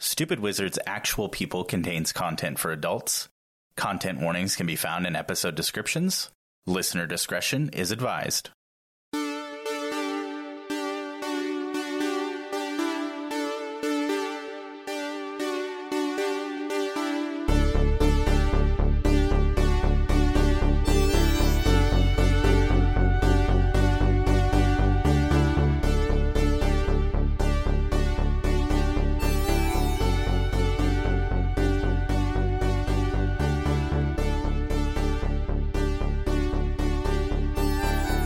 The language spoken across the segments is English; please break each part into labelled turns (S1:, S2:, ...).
S1: Stupid Wizards Actual People contains content for adults. Content warnings can be found in episode descriptions. Listener discretion is advised.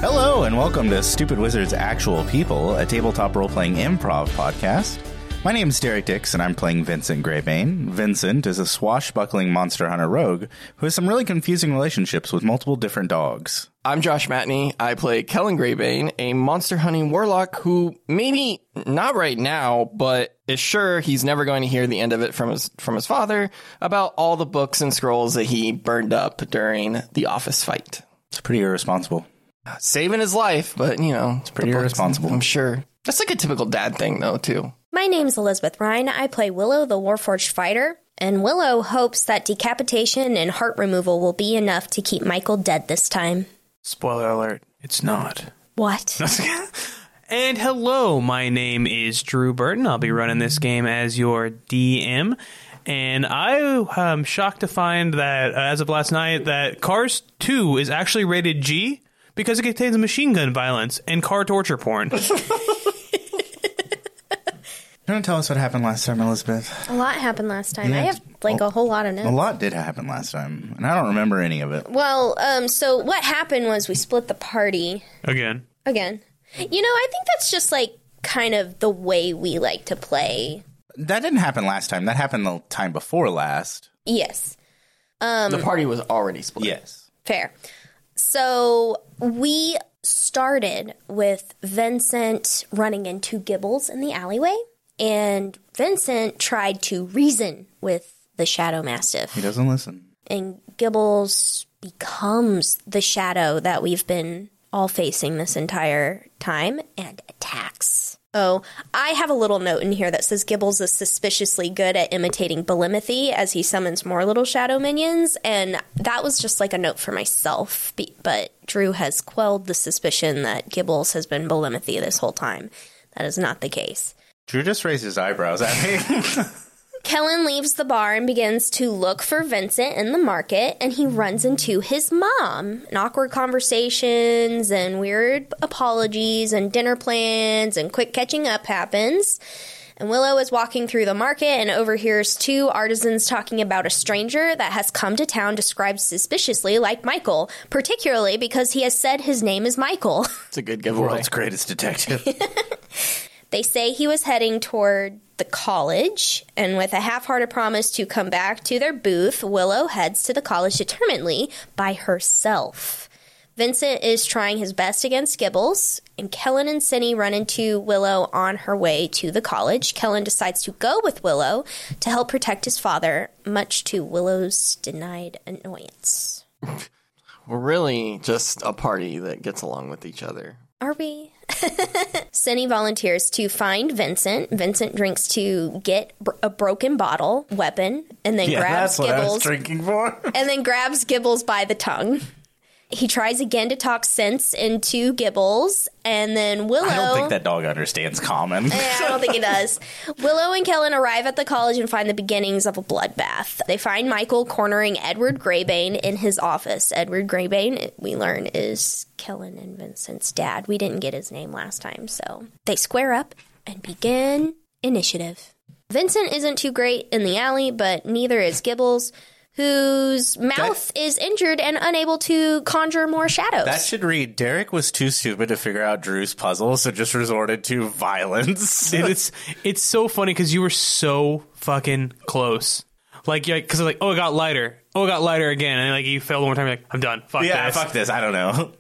S1: Hello, and welcome to Stupid Wizards Actual People, a tabletop role playing improv podcast. My name is Derek Dix, and I'm playing Vincent Greybane. Vincent is a swashbuckling monster hunter rogue who has some really confusing relationships with multiple different dogs.
S2: I'm Josh Matney. I play Kellen Greybane, a monster hunting warlock who maybe not right now, but is sure he's never going to hear the end of it from his from his father about all the books and scrolls that he burned up during the office fight.
S1: It's pretty irresponsible.
S2: Saving his life, but you know, it's
S1: pretty irresponsible.
S2: I'm sure. That's like a typical dad thing though, too.
S3: My name's Elizabeth Ryan. I play Willow, the Warforged fighter, and Willow hopes that decapitation and heart removal will be enough to keep Michael dead this time.
S4: Spoiler alert, it's not.
S3: What?
S4: And hello, my name is Drew Burton. I'll be running this game as your DM. And I am shocked to find that uh, as of last night that Cars 2 is actually rated G because it contains machine gun violence and car torture porn.
S1: You want to tell us what happened last time, Elizabeth?
S3: a lot happened last time. I
S1: Yeah.
S3: have like a whole lot of
S1: A
S3: notes.
S1: lot did happen last time, and I don't remember any of it.
S3: Well, um, so what happened was we split the party
S4: Again.
S3: again. You know, I think that's just like kind of the way we like to play.
S1: That didn't happen last time. That happened the time before last.
S3: Yes.
S2: the party was already split.
S1: Yes.
S3: Fair. So we started with Vincent running into Gibbles in the alleyway, and Vincent tried to reason with the Shadow
S1: He
S3: Mastiff.
S1: doesn't listen.
S3: And Gibbles becomes the shadow that we've been all facing this entire time and attacks. Oh, I have a little note in here that says Gibbles is suspiciously good at imitating Belimithy as he summons more little shadow minions, and that was just like a note for myself. be- But Drew has quelled the suspicion that Gibbles has been Belimithy this whole time. That is not the case.
S1: Drew just raised his eyebrows at me.
S3: Kellen leaves the bar and begins to look for Vincent in the market, and he runs into his mom. And awkward conversations and weird apologies and dinner plans and quick catching up happens. And Willow is walking through the market and overhears two artisans talking about a stranger that has come to town described suspiciously like Michael, particularly because he has said his name is Michael.
S2: It's a good giveaway.
S1: greatest detective.
S3: They say he was heading toward the college, and with a half hearted promise to come back to their booth, Willow heads to the college determinedly by herself. Vincent is trying his best against Gibbles, and Kellen and Cindy run into Willow on her way to the college. Kellen decides to go with Willow to help protect his father, much to Willow's denied annoyance.
S2: We're really just a party that gets along with each other.
S3: Are we? Cindy volunteers to find Vincent. Vincent drinks to get br- a broken bottle weapon and then grabs Gibbles
S1: drinking for.
S3: and then grabs Gibbles by the tongue. He tries again to talk sense into Gibbles and then Willow
S1: I don't think that dog understands common.
S3: yeah, I don't think he does. Willow and Kellen arrive at the college and find the beginnings of a bloodbath. They find Michael cornering Edward Greybane in his office. Edward Greybane, we learn, is Kellen and Vincent's dad. We didn't get his name last time, so they square up and begin initiative. Vincent isn't too great in the alley, but neither is Gibbles, whose mouth is injured and unable to conjure more shadows.
S1: That should read Derek was too stupid to figure out Drew's puzzle, so just resorted to violence.
S4: Dude, it's it's so funny because you were so fucking close. Like, because like, oh, it got lighter. Oh, it got lighter again. And like, you failed one more time. You're like, I'm done. Fuck
S1: yeah,
S4: this.
S1: fuck this. I don't know.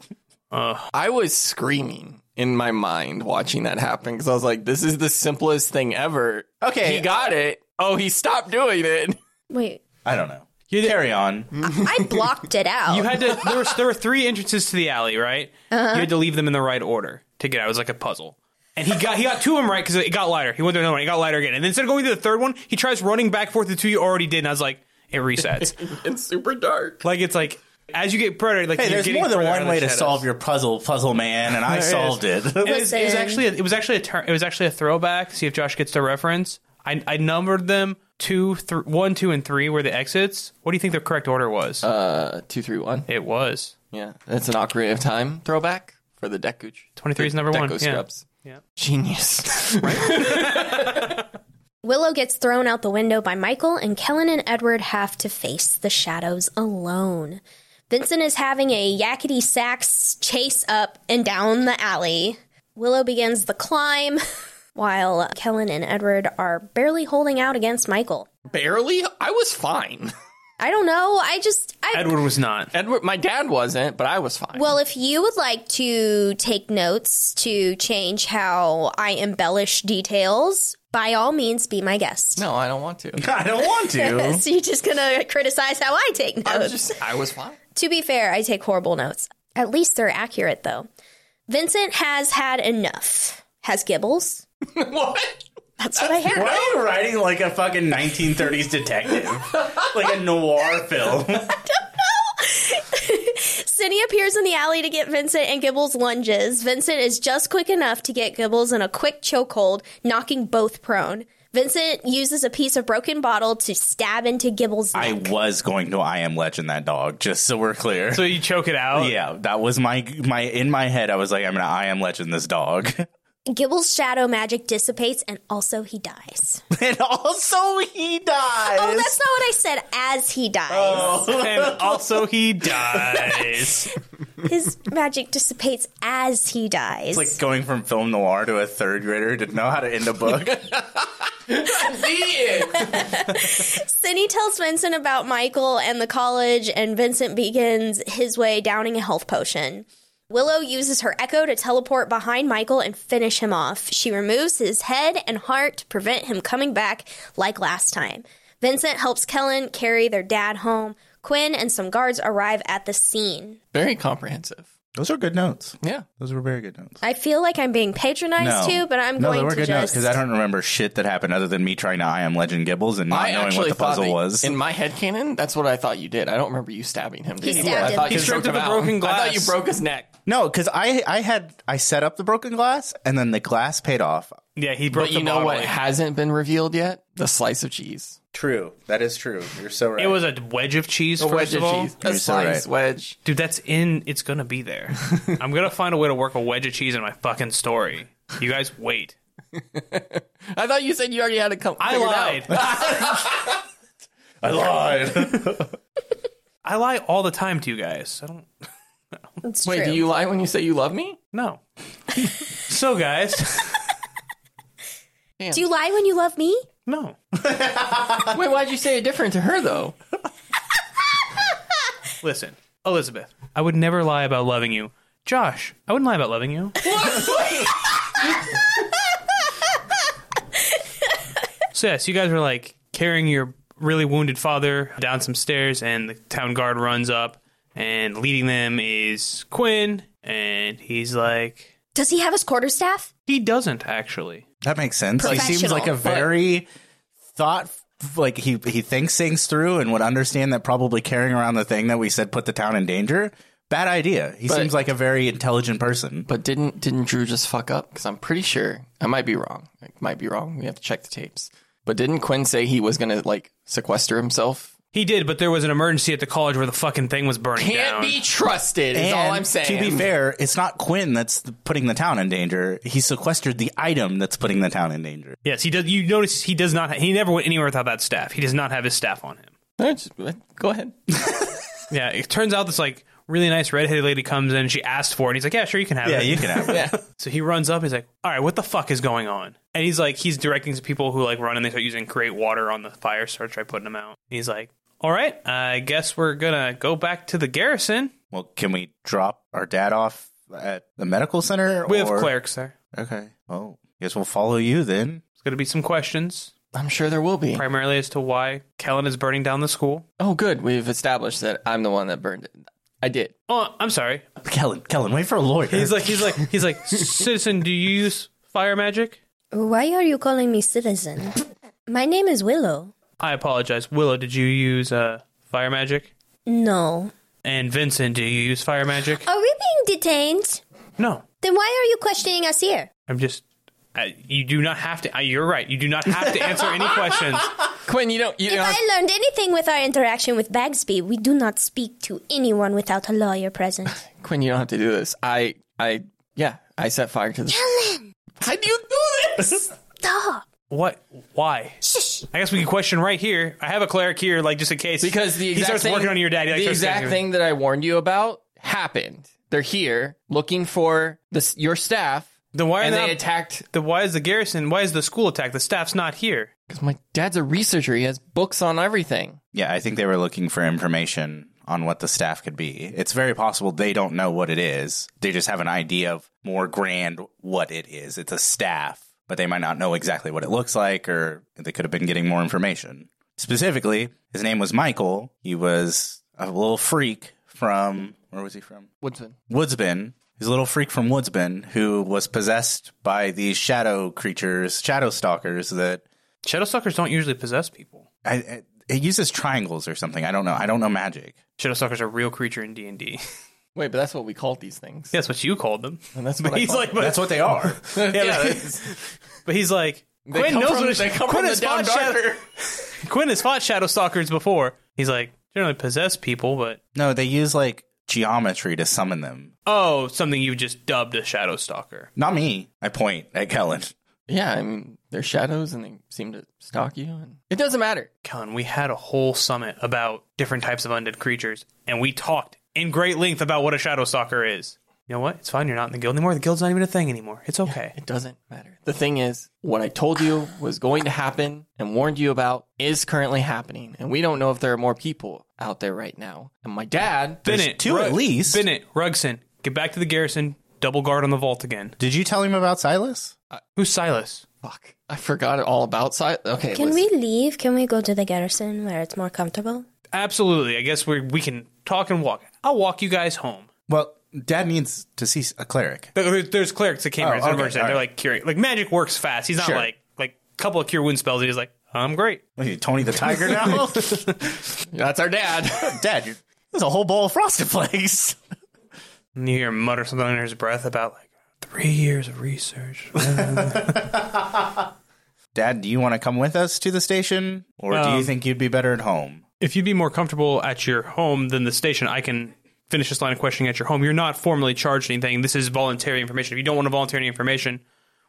S2: I was screaming in my mind watching that happen because I was like, this is the simplest thing ever.
S1: Okay.
S2: He got it. Oh, he stopped doing it.
S3: Wait,
S1: I don't know.
S4: You did-
S1: Carry on.
S3: I blocked it out.
S4: You had to. There were there were three entrances to the alley, right? You had to leave them in the right order to get out. It was like a puzzle. And he got he got two of them right because it got lighter. He went to another one. It got lighter again. And instead of going to the third one, he tries running back forth the two you already did. And I was like, it resets.
S2: It's super dark.
S4: like it's like as you get predator. Like
S1: Hey,
S4: you're
S1: there's
S4: getting
S1: more than
S4: further out
S1: one
S4: of the
S1: way to
S4: shadows.
S1: solve your puzzle, puzzle man, and I
S4: There is.
S1: solved it.
S4: It was, it was
S3: Listen.
S4: actually a, it was actually a turn, it was actually a throwback. See if Josh gets the reference. I, I numbered them two, th- one, two, and three were the exits. What do you think the correct order was?
S2: Uh, two, three, one.
S4: it was
S2: Yeah, that's an Ocarina of Time throwback for the Deku.
S4: 23 is number
S2: Deku
S4: one. Yeah.
S2: Scrubs.
S4: Yeah.
S2: Genius.
S3: Willow gets thrown out the window by Michael, and Kellen and Edward have to face the shadows alone. Vincent is having a yakety sax chase up and down the alley. Willow begins the climb, while Kellen and Edward are barely holding out against Michael.
S2: Barely? I was fine.
S3: I don't know. I just. I,
S4: Edward was not.
S2: Edward, my dad wasn't, but I was fine.
S3: Well, if you would like to take notes to change how I embellish details, by all means, be my guest.
S2: no, I don't want to.
S1: I don't want to.
S3: So you're just gonna criticize how I take notes.
S2: I was just, I was fine.
S3: To be fair, I take horrible notes. At least they're accurate, though. Vincent has had enough. Has Gibbles?
S2: what?
S3: That's what I
S1: Why
S3: had.
S1: are you writing like a fucking 1930s detective? like a noir film.
S3: Cindy appears in the alley to get Vincent, and Gibbles lunges. Vincent is just quick enough to get Gibbles in a quick chokehold, knocking both prone. Vincent uses a piece of broken bottle to stab into Gibbles'
S1: I
S3: neck.
S1: was going to I am legend that dog, just so we're clear.
S4: So you choke it out.
S1: yeah, that was my my in my head. I was like, I'm gonna I am legend this dog,
S3: Gibbles' shadow magic dissipates, and also he dies.
S1: and also he dies.
S3: Oh, that's not what I said. As he dies.
S4: And also he dies.
S3: His magic dissipates as he dies.
S1: like going from film noir to a third grader to know how to end a book.
S3: Cindy tells Vincent about Michael and the college, and Vincent begins his way downing a health potion. Willow uses her echo to teleport behind Michael and finish him off. She removes his head and heart to prevent him coming back like last time. Vincent helps Kellen carry their dad home. Quinn and some guards arrive at the scene.
S2: Very comprehensive.
S1: Those are good notes.
S2: Yeah.
S1: Those were very good notes.
S3: I feel like I'm being patronized too, but I'm
S1: no,
S3: going
S1: they were
S3: to
S1: good notes
S3: just
S1: because I don't remember shit that happened other than me trying to I am Legend Gibbles and not
S2: I
S1: knowing
S2: actually
S1: what the
S2: thought
S1: puzzle
S2: that-
S1: was.
S2: In my head canon, that's what I thought you did. I don't remember you stabbing him. Did
S3: He
S2: you?
S3: stabbed
S2: I
S3: him.
S2: thought
S3: He
S2: you
S4: stripped
S2: choked
S4: the
S2: him out.
S4: broken
S2: I thought you
S4: glass.
S2: broke his neck.
S1: no, because I I had I set up the broken glass and then the glass paid off.
S4: Yeah, he broke
S2: But
S4: the
S2: you know
S4: bottle.
S2: what hasn't been revealed yet? The slice of cheese.
S1: True, that is true. You're so right.
S4: It was a wedge of cheese,
S2: A
S4: first
S2: wedge
S4: of
S2: of
S4: all.
S2: cheese.
S1: You're
S2: A
S1: so right.
S2: slice wedge.
S4: Dude, that's in. It's gonna be there. I'm gonna find a way to work a wedge of cheese in my fucking story. You guys wait.
S2: I thought you said you already had it come.
S4: I
S2: figured out.
S4: lied.
S1: I lied.
S4: I lie all the time to you guys. I don't
S3: it's
S2: Wait,
S3: true.
S2: do you lie when you say you love me?
S4: know. so guys,
S3: do you lie when you love me?
S4: no.
S2: Wait, why'd you say it different to her though?
S4: Listen, Elizabeth, I would never lie about loving you. Josh, I wouldn't lie about loving you. so yes, you guys were like carrying your really wounded father down some stairs, and the town guard runs up, and leading them is Quinn, and he's like,
S3: Does he have his quarterstaff?
S4: he doesn't actually.
S1: that makes sense. He seems
S3: Professional,
S1: like a
S3: but-
S1: very thought. Like he he thinks things through and would understand that probably carrying around the thing that we said put the town in danger. Bad idea. He seems like a very intelligent person.
S2: But didn't didn't Drew just fuck up? Because I'm pretty sure I might be wrong. I might be wrong. We have to check the tapes. But didn't Quinn say he was gonna like sequester himself?
S4: He did, but there was an emergency at the college where the fucking thing was burning down.
S2: Can't be trusted. Is all
S1: And
S2: I'm saying.
S1: To be fair, it's not Quinn that's th- putting the town in danger. He sequestered the item that's putting the town in danger.
S4: Yes, he does. You notice he does not. He never went anywhere without that staff. He does not have his staff on him.
S2: That's- go ahead.
S4: Yeah, it turns out this like really nice redheaded lady comes in. She asked for it. And he's like, "Yeah, sure, you can have
S1: Yeah,
S4: it."
S1: you can have it.
S2: Yeah.
S4: so he runs up. He's like, "All right, what the fuck is going on?" And he's like, he's directing some people who like run and they start using great water on the fire. Start try putting them out. He's like, "All right, I guess we're gonna go back to the garrison."
S1: Well, can we drop our dad off at the medical center?
S4: We have
S1: or-
S4: clerics there.
S1: Okay. Oh, guess we'll follow you then.
S4: There's gonna be some questions,
S2: I'm sure there will be.
S4: primarily as to why Kellen is burning down the school.
S2: Oh, good. We've established that I'm the one that burned it. I did.
S4: Oh, I'm sorry.
S1: Kellen, Kellen, wait for a lawyer.
S4: He's like, he's like, he's like, citizen, do you use fire magic?
S3: Why are you calling me citizen? My name is Willow.
S4: I apologize. Willow, did you use uh, fire magic?
S3: No.
S4: And Vincent, do you use fire magic?
S3: Are we being detained?
S4: No.
S3: Then why are you questioning us here?
S4: I'm just. I, you do not have to. I, you're right. You do not have to answer any questions.
S2: Quinn, you don't. You
S3: If
S2: don't
S3: I learned anything with our interaction with Bagsby, we do not speak to anyone without a lawyer present.
S2: Quinn, you don't have to do this. I, I, yeah, I set fire to this.
S3: Ellen,
S2: How do you do this?
S3: stop.
S4: What? Why?
S3: Shh.
S4: I guess we can question right here. I have a cleric here, like just in case.
S2: Because the exact
S4: he starts
S2: thing,
S4: working on your dad. He, like,
S2: the
S4: starts
S2: exact
S4: getting-
S2: thing that I warned you about happened. They're here looking for this your staff,
S4: Then why are
S2: and
S4: they?
S2: they
S4: not-
S2: attacked.
S4: then why is the garrison? Why is the school attacked? The staff's not here.
S2: Because my dad's a researcher; he has books on everything.
S1: Yeah, I think they were looking for information on what the staff could be. It's very possible they don't know what it is. They just have an idea of more grand what it is. It's a staff, but they might not know exactly what it looks like, or they could have been getting more information. Specifically, his name was Michael. He was a little freak from where was he from?
S2: Woodsman.
S1: Woodsman. He's a little freak from Woodsman who was possessed by these shadow creatures, shadow stalkers that
S4: Shadowstalkers don't usually possess people.
S1: I, I, it uses triangles or something. I don't know. I don't know magic.
S4: Shadowstalkers are a real creature in D and D.
S2: Wait, but that's what we called these things.
S4: That's what you called them.
S2: And that's
S4: But
S2: what I
S4: he's
S2: call
S4: like, but,
S1: That's what they are.
S4: yeah, but he's like, Quinn
S2: come
S4: knows
S2: from-
S4: what
S2: they come
S4: Quinn
S2: from
S4: has
S2: the Down
S4: fought shadow- Quinn has fought shadow stalkers before. He's like, they don't really possess people, but
S1: no, they use like geometry to summon them.
S4: oh, something you just dubbed a shadow stalker.
S1: Not me. I point at Kellen.
S2: Yeah, I mean, they're shadows, and they seem to stalk you, and it doesn't matter.
S4: Kellen, we had a whole summit about different types of undead creatures, and we talked in great length about what a shadow stalker is. You know what? It's fine. You're not in the guild anymore. The guild's not even a thing anymore. It's okay.
S2: It doesn't matter. The thing is, what I told you was going to happen and warned you about is currently happening, and we don't know if there are more people out there right now. And my dad,
S4: Bennett,
S1: two at least.
S4: Bennett, Rugson, get back to the garrison. Double guard on the vault again.
S1: Did you tell him about Silas?
S4: Who's Silas?
S2: fuck, I forgot it all about. Si- okay,
S3: Can
S2: listen.
S3: we leave? Can we go to the garrison where it's more comfortable?
S4: Absolutely. I guess we we can talk and walk. I'll walk you guys home.
S1: Well, Dad needs to see a cleric.
S4: There- there- There's clerics that came
S1: Oh,
S4: here. It's an
S1: okay,
S4: emergency.
S1: all
S4: They're
S1: right.
S4: like curing. Like magic works fast. He's not
S1: Sure.
S4: like like a couple of cure wound spells. He's like I'm great.
S1: What are you, Tony the Tiger now?
S2: That's our dad.
S1: Dad, you're, there's a whole bowl of frosted flakes.
S4: And you hear him mutter something under his breath about like three years of research.
S1: Dad, do you want to come with us to the station, or do you
S4: Um,
S1: think you'd be better at home?
S4: if you'd be more comfortable at your home than the station, I can finish this line of questioning at your home. You're not formally charged anything. This is voluntary information. If you don't want to volunteer any information,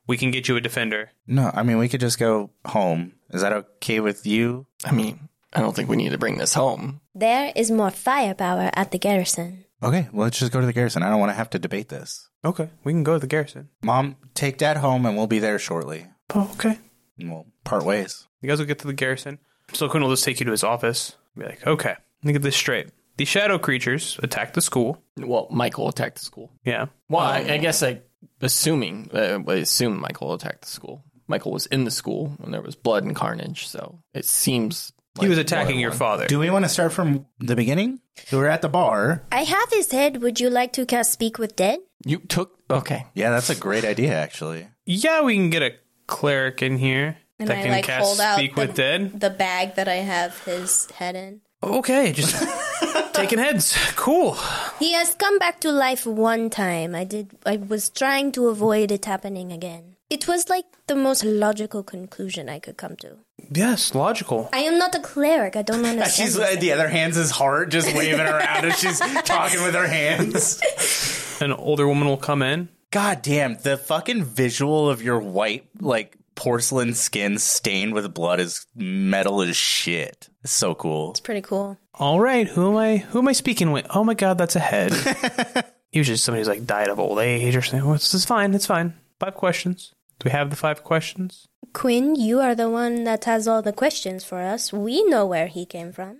S4: we can get you a defender.
S1: No, I mean we could just go home. Is that okay with you?
S2: I mean, I don't think we need to bring this home.
S3: There is more firepower at the garrison.
S1: Okay, well, let's just go to the garrison. I don't want to have to debate this.
S4: Okay, we can go to the garrison.
S1: Mom, take Dad home, and we'll be there shortly.
S4: Oh, okay.
S1: And we'll part ways.
S4: You guys will get to the garrison. So Quinn will just take you to his office. Be like, okay, let me get this straight. The shadow creatures attacked the school.
S2: Well, Michael attacked the school.
S4: Yeah.
S2: Well, I, I guess I assuming uh, I assume Michael attacked the school. Michael was in the school when there was blood and carnage, so it seems
S4: he
S2: like
S4: was attacking your father.
S1: Do we want to start from the beginning? We were at the bar.
S3: I have his head. Would you like to cast Speak with Dead?
S2: you took.
S4: oh.
S2: Okay,
S1: Yeah, that's a great idea, actually.
S4: yeah, we can get a cleric in here
S3: And
S4: that
S3: I
S4: can
S3: like
S4: cast
S3: hold out
S4: Speak
S3: the,
S4: with Dead.
S3: the bag that I have his head in.
S4: Okay, just taking heads. Cool.
S3: He has come back to life one time. I did. I was trying to avoid it happening again. It was like the most logical conclusion I could come to.
S4: Yes, logical.
S3: I am not a cleric. I don't understand.
S1: She's
S3: this.
S1: uh, the other hand's his heart, just waving around, and she's talking with her hands.
S4: An older woman will come in.
S1: God damn, the fucking visual of your white, like porcelain skin stained with blood is metal as shit. It's so cool.
S3: It's pretty cool.
S4: All right, who am I? Who am I speaking with? Oh my god, that's a head. Usually, somebody's like died of old age or something. Well, this is fine. It's fine. Five questions. Do we have the five questions?
S3: Quinn, you are the one that has all the questions for us. We know where he came from.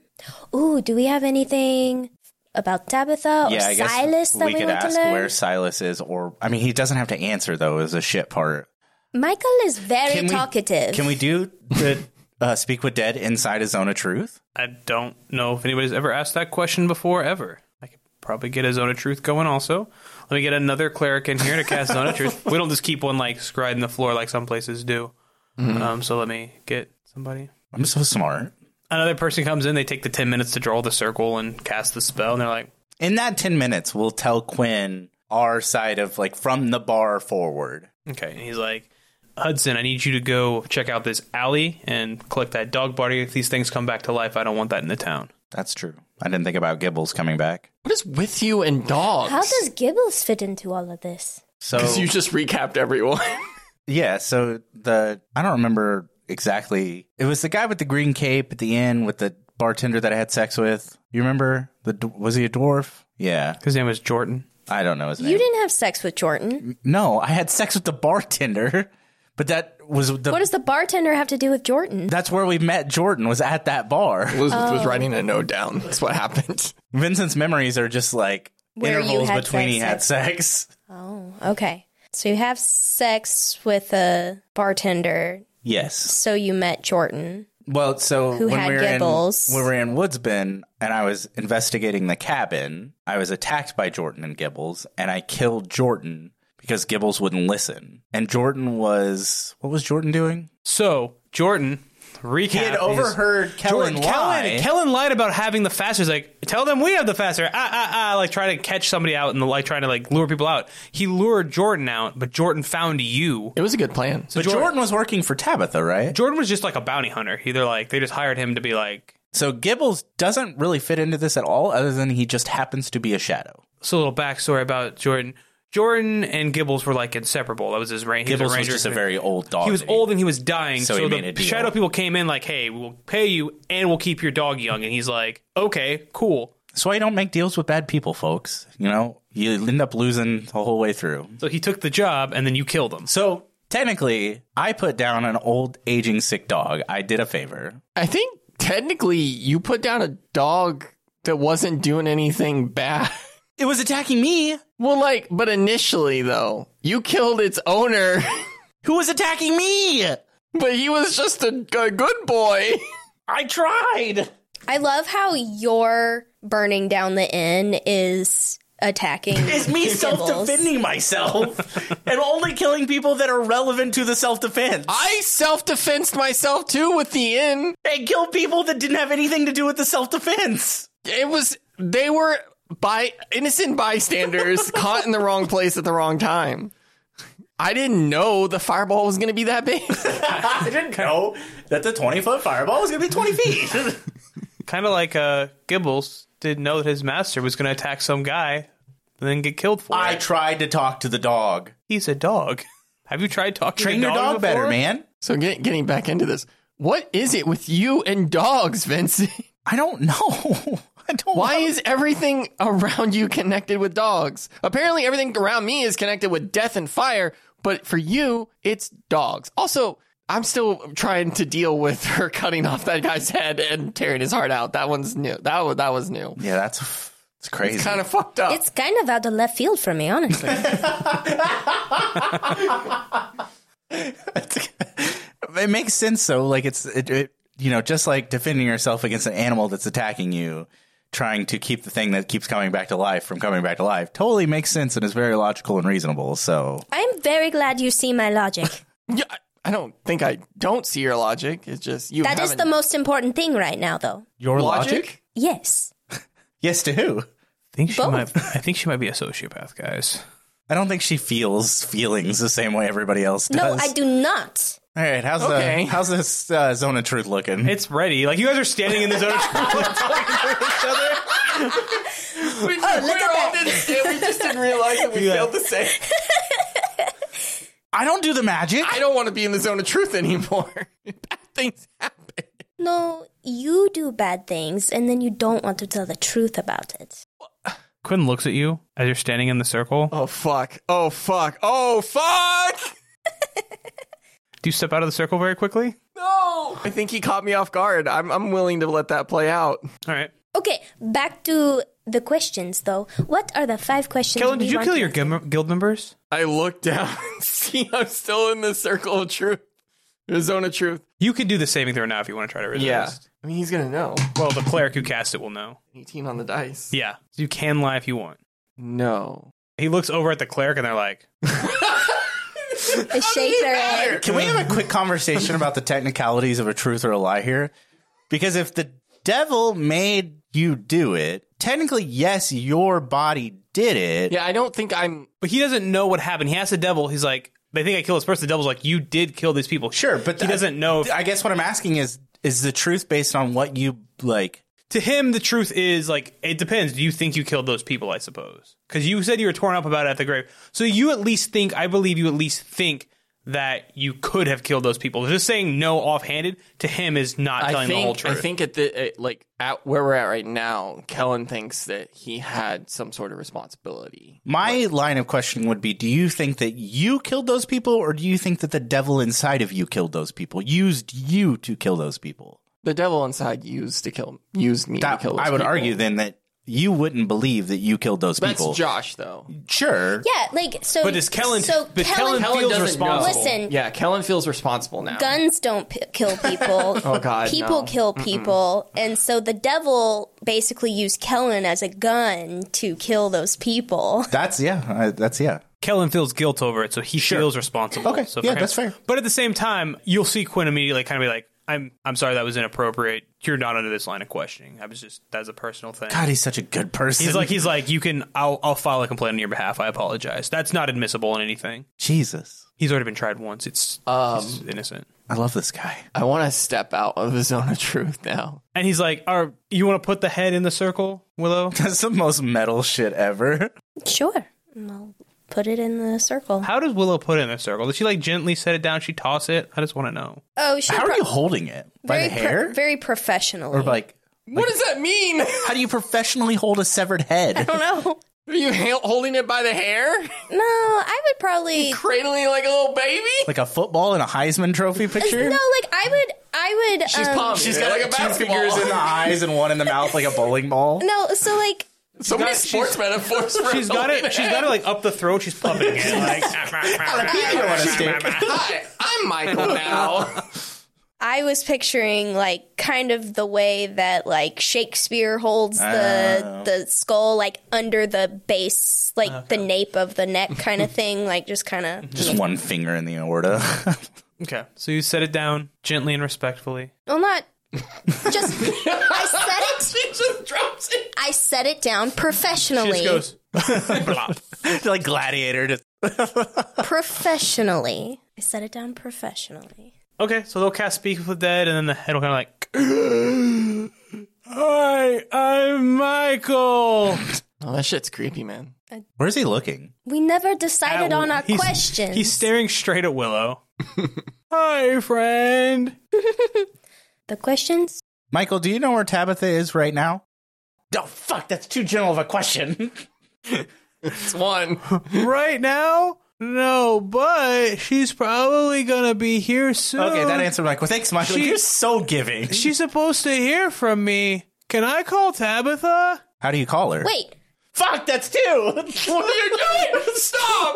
S3: Ooh, do we have anything about Tabitha or
S1: yeah, I guess
S3: Silas that
S1: we
S3: we,
S1: could
S3: want to
S1: ask
S3: learn?
S1: where Silas is, or I mean, he doesn't have to answer though. Is a shit part.
S3: Michael is very
S1: Can we-
S3: talkative.
S1: Can we do the uh, speak with dead inside a zone of truth?
S4: I don't know if anybody's ever asked that question before ever. I could probably get a zone of truth going also. Let me get another cleric in here to cast zone of truth. We don't just keep one like scrying the floor like some places do. Um, so let me get somebody.
S1: I'm so smart.
S4: Another person comes in. They take the ten minutes to draw the circle and cast the spell. And they're like,
S1: In that 10 minutes, we'll tell Quinn our side of like from the bar forward.
S4: Okay. And he's like, Hudson, I need you to go check out this alley and collect that dog body. If these things come back to life, I don't want that in the town.
S1: That's true. I didn't think about Gibbles coming back.
S2: What is with you and dogs?
S5: How does Gibbles fit into all of this?
S1: So
S2: Because you just recapped everyone.
S1: Yeah, so the I don't remember exactly. It was the guy with the green cape at the end with the bartender that I had sex with. You remember? The d- was he a dwarf? Yeah,
S4: His name was Jordan.
S1: I don't know his name.
S3: You didn't have sex with Jordan.
S1: no, I had sex with the bartender, but that was the
S5: What does the bartender have to do with Jordan?
S1: that's where we met Jordan was at that bar.
S2: Elizabeth was writing a note down. That's what happened.
S1: Vincent's memories are just like
S3: Where you
S1: intervals
S3: had
S1: between he
S3: sex
S1: had sex.
S3: Oh, okay. So you have sex with a bartender.
S1: Yes.
S3: So you met Jordan.
S1: Well, so
S3: Who
S1: when
S3: had
S1: we were
S3: Gibbles.
S1: in when we were in Woodsbend and I was investigating the cabin, I was attacked by Jordan and Gibbles, and I killed Jordan because Gibbles wouldn't listen. And Jordan was what was Jordan doing?
S4: So, Jordan, recap.
S1: He had overheard Kellen lie.
S4: Jordan, Kellen, Kellen lied about having the faster. He's like, tell them we have the faster. Ah, ah, ah. Like, trying to catch somebody out and, like, trying to, like, lure people out. He lured Jordan out, but Jordan found you.
S2: It was a good plan.
S1: but Jordan, was working for Tabitha, right?
S4: Jordan was just like a bounty hunter. He, they're like, they just hired him to be like,
S1: So Gibbles doesn't really fit into this at all, other than he just happens to be a shadow.
S4: so a little backstory about Jordan. Jordan and Gibbles were like inseparable. That was his range.
S1: Gibbles was just a very old dog.
S4: He was
S1: that
S4: old and he was dying.
S1: So
S4: So,
S1: he made a
S4: the
S1: deal.
S4: shadow people came in like, "Hey, we'll pay you and we'll keep your dog young." And he's like, "Okay, cool."
S1: That's why you don't make deals with bad people, folks. You know, you end up losing the whole way through.
S4: So he took the job, and then you killed him.
S1: So technically, I put down an old, aging, sick dog. I did a favor.
S2: I think technically you put down a dog that wasn't doing anything bad.
S1: It was attacking me.
S2: Well, like, but initially though, you killed its owner,
S1: Who was attacking me?
S2: but he was just a, a good boy.
S1: I tried.
S3: I love how your burning down the inn is attacking.
S1: It's me
S3: Gibbles.
S1: self defending myself and only killing people that are relevant to the self defense.
S2: I self defensed myself too with the inn.
S1: I killed people that didn't have anything to do with the self defense.
S2: It was they were by innocent bystanders caught in the wrong place at the wrong time. I didn't know the fireball was going to be that big.
S1: I didn't know that the 20 foot fireball was going to be 20 feet.
S4: Kind of like uh, Gibbles didn't know that his master was going to attack some guy and then get killed for
S1: I
S4: it.
S1: tried to talk to the dog.
S4: He's a dog. Have you tried talking?
S1: Train
S4: to
S1: your dog better,
S4: before?
S1: man.
S2: so get, getting back into this, what is it with you and dogs, Vincent?
S1: I don't know. I don't
S2: Why is everything around you connected with dogs? Apparently, everything around me is connected with death and fire, but for you, it's dogs. Also, I'm still trying to deal with her cutting off that guy's head and tearing his heart out. That one's new. That was, that was new.
S1: Yeah, that's it's crazy.
S2: Kind of fucked up.
S5: It's kind of out of left field for me, honestly.
S1: it makes sense though like it's it, it you know just like defending yourself against an animal that's attacking you trying to keep the thing that keeps coming back to life from coming back to life totally makes sense and is very logical and reasonable so
S5: I'm very glad you see my logic.
S2: Yeah, I- I don't think I don't see your logic. It's just you.
S5: That is the
S2: haven't-
S5: most important thing right now, though.
S1: your
S5: Yes.
S1: yes to who
S4: I think she might. I think she might be a sociopath, guys.
S1: i don't think she feels feelings the same way everybody else does
S5: No, I do not.
S1: all right how's
S2: Okay.
S1: the how's this uh, zone of truth looking
S4: It's ready. Like you guys are standing in the zone.
S2: We, oh,
S5: look at that.
S2: we just didn't realize that we failed to say.
S1: i don't do the magic
S2: I don't want to be in the zone of truth anymore. Bad things happen.
S5: No, you do bad things and then you don't want to tell the truth about it.
S4: Quinn looks at you as you're standing in the circle.
S2: Oh fuck! Oh fuck! Oh fuck!
S4: Do you step out of the circle very quickly?
S2: No! I think he caught me off guard. I'm I'm willing to let that play out.
S4: All right.
S5: Okay, back to the questions, though. What are the five questions?
S4: Kellen,
S5: we
S4: did you
S5: want
S4: kill
S5: to
S4: your
S5: answer?
S4: gim- guild members?
S2: I look down and see I'm still in the circle of truth. The zone of truth.
S4: You could do the saving throw now if you want to try to resist.
S2: Yeah. I mean, he's going to know.
S4: Well, the cleric who cast it will know.
S2: 18 on the dice.
S4: Yeah. So you can lie if you want.
S2: No.
S4: He looks over at the cleric and they're like,
S3: They shake their head.
S1: Can we have a quick conversation about the technicalities of a truth or a lie here? Because if the devil made you do it, technically, yes, your body did it.
S2: Yeah, I don't think I'm.
S4: but he doesn't know what happened. He asks the devil, he's like, they think I killed this person. The devil's like, you did kill these people.
S1: Sure, but
S4: he
S1: I-
S4: doesn't know. if-
S1: I guess what I'm asking is is the truth based on what you like?
S4: to him, the truth is like, it depends. Do you think you killed those people? I suppose. Because you said you were torn up about it at the grave. So you at least think, I believe you at least think that you could have killed those people. Just saying no offhanded to him is not
S2: I
S4: telling the whole
S2: think, I
S4: truth.
S2: think at the, at, like, at where we're at right now, Kellen thinks that he had some sort of responsibility.
S1: My line of questioning would be Do you think that you killed those people, or do you think that the devil inside of you killed those people, used you to kill those people?
S2: The devil inside used to kill, used me
S1: That,
S2: to kill those
S1: I would
S2: people.
S1: argue then that you wouldn't believe that you killed those
S2: That's
S1: people.
S2: Josh, though.
S1: sure.
S3: Yeah, like so.
S4: But is Kellen-
S3: So
S4: but Kellen
S2: Kellen
S4: feels
S2: doesn't
S4: responsible.
S2: Know.
S3: Listen.
S2: Yeah, Kellen feels responsible now.
S3: guns don't p- kill people.
S2: Oh, God,
S3: people
S2: no.
S3: kill people, and so the devil basically used Kellen as a gun to kill those people.
S1: That's yeah. I, that's yeah.
S4: Kellen feels guilt over it, so he feels responsible.
S1: Okay,
S4: so
S1: yeah,
S4: for him-
S1: that's fair.
S4: But at the same time, you'll see Quinn immediately kind of be like, "I'm, I'm sorry, that was inappropriate. You're not under this line of questioning. I was just that's a personal thing."
S1: God, he's such a good person.
S4: He's like, he's like, you can, I'll, I'll file a complaint on your behalf. I apologize. That's not admissible in anything.
S1: Jesus.
S4: He's already been tried once. It's
S2: Um,
S4: he's innocent.
S1: I love this guy.
S2: I want to step out of the zone of truth now.
S4: And he's like, "Are you want to put the head in the circle, Willow?
S1: That's the most metal shit ever.
S3: Sure, I'll put it in the circle.
S4: How does Willow put it in the circle? Does she like gently set it down? She toss it? I just want to know.
S3: oh, she
S1: How
S3: pro-
S1: are you holding it by
S3: very
S1: the hair
S3: pro- very professionally.
S1: or like?
S2: What does that mean?
S1: How do you professionally hold a severed head?
S3: I don't know.
S2: Are you ha- holding it by the hair?
S3: No, I would probably
S2: Cradling it like a little baby?
S1: like a football in a Heisman Trophy picture?
S3: no. Like I would, I would.
S2: She's
S3: um,
S2: palm.
S1: She's got like, two fingers in the eyes and one in the mouth, like a bowling ball.
S3: No, so like
S2: So many
S4: got-
S2: sports metaphors for
S4: She's got it. She's got it like up the throat. She's pumping it. Like,
S1: You don't want to stick.
S2: Hi, I'm Michael now.
S3: I was picturing like kind of the way that like Shakespeare holds
S4: Oh.
S3: the the skull like under the base, like the nape of the neck kind of thing, like just kind of
S1: Just one finger in the aorta.
S4: okay, so you set it down gently and respectfully.
S3: well not just I set it
S2: she just drops it.
S3: I set it down
S4: She
S3: professionally.
S4: just goes. Blop.
S1: like gladiator. Just,
S3: professionally. I set it down professionally.
S4: Okay, so they'll cast Speak with the Dead, and then the head will kind of like. Hi, I'm Michael.
S2: Oh, that shit's creepy, man.
S1: where's he looking?
S3: We never decided on our
S4: He's-
S3: questions.
S4: He's staring straight at Willow. Hi, friend.
S3: the questions?
S1: Michael, do you know where Tabitha is right now? Oh fuck, that's too general of a question.
S2: It's one.
S4: Right now? No, but she's probably gonna be here soon.
S1: Okay, that answered my question. Thanks, Michael.
S4: She-
S1: You're so giving.
S4: She's supposed to hear from me. Can I call Tabitha?
S1: How do you call her?
S3: Wait,
S1: fuck, that's two. what are you doing?
S2: Stop!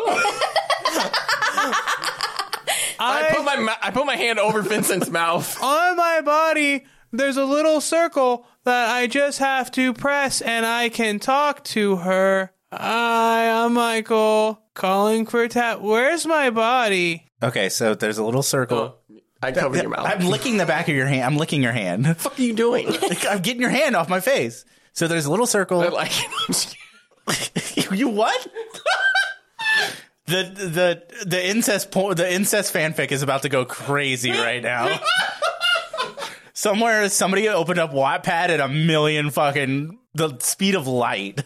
S2: I put my ma- I put my hand over Vincent's mouth.
S4: on my body there's a little circle that I just have to press and I can talk to her. Hi, I'm Michael. Calling for Tab. Where's my body?
S1: Okay, so there's a little circle.
S2: I covered your mouth.
S1: I'm licking the back of your hand. I'm licking your hand.
S2: fuck are you doing?
S1: I'm getting your hand off my face. So there's a little circle.
S2: I like it. I'm scared.
S1: you what? the the the incest po- the incest fanfic is about to go crazy right now. Somewhere somebody opened up Wattpad at a million fucking the speed of light.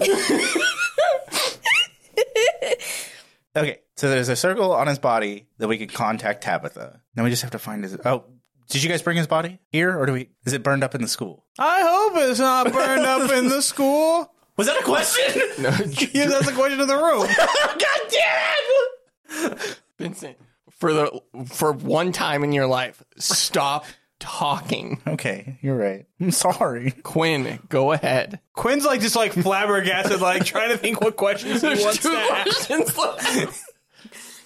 S1: okay, so there's a circle on his body that we can contact Tabitha. Then we just have to find his. Oh, did you guys bring his body here, or do we? Is it burned up in the school?
S4: I hope it's not burned up in the school.
S1: Was that a question?
S4: Yeah, that's a question of the room.
S1: God damn it!
S2: Vincent, for the for one time in your life, stop talking.
S1: Okay, you're right. I'm sorry.
S2: Quinn, go ahead.
S4: Quinn's like just like flabbergasted, like trying to think what questions he
S2: There's
S4: wants
S2: two
S4: to ask.
S2: questions left.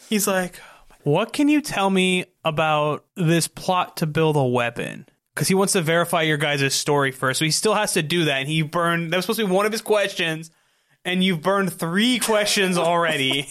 S4: He's like, oh my What can you tell me about this plot to build a weapon? Because he wants to verify your guys' story first, so he still has to do that. And he burned that was supposed to be one of his questions, and you've burned three questions already.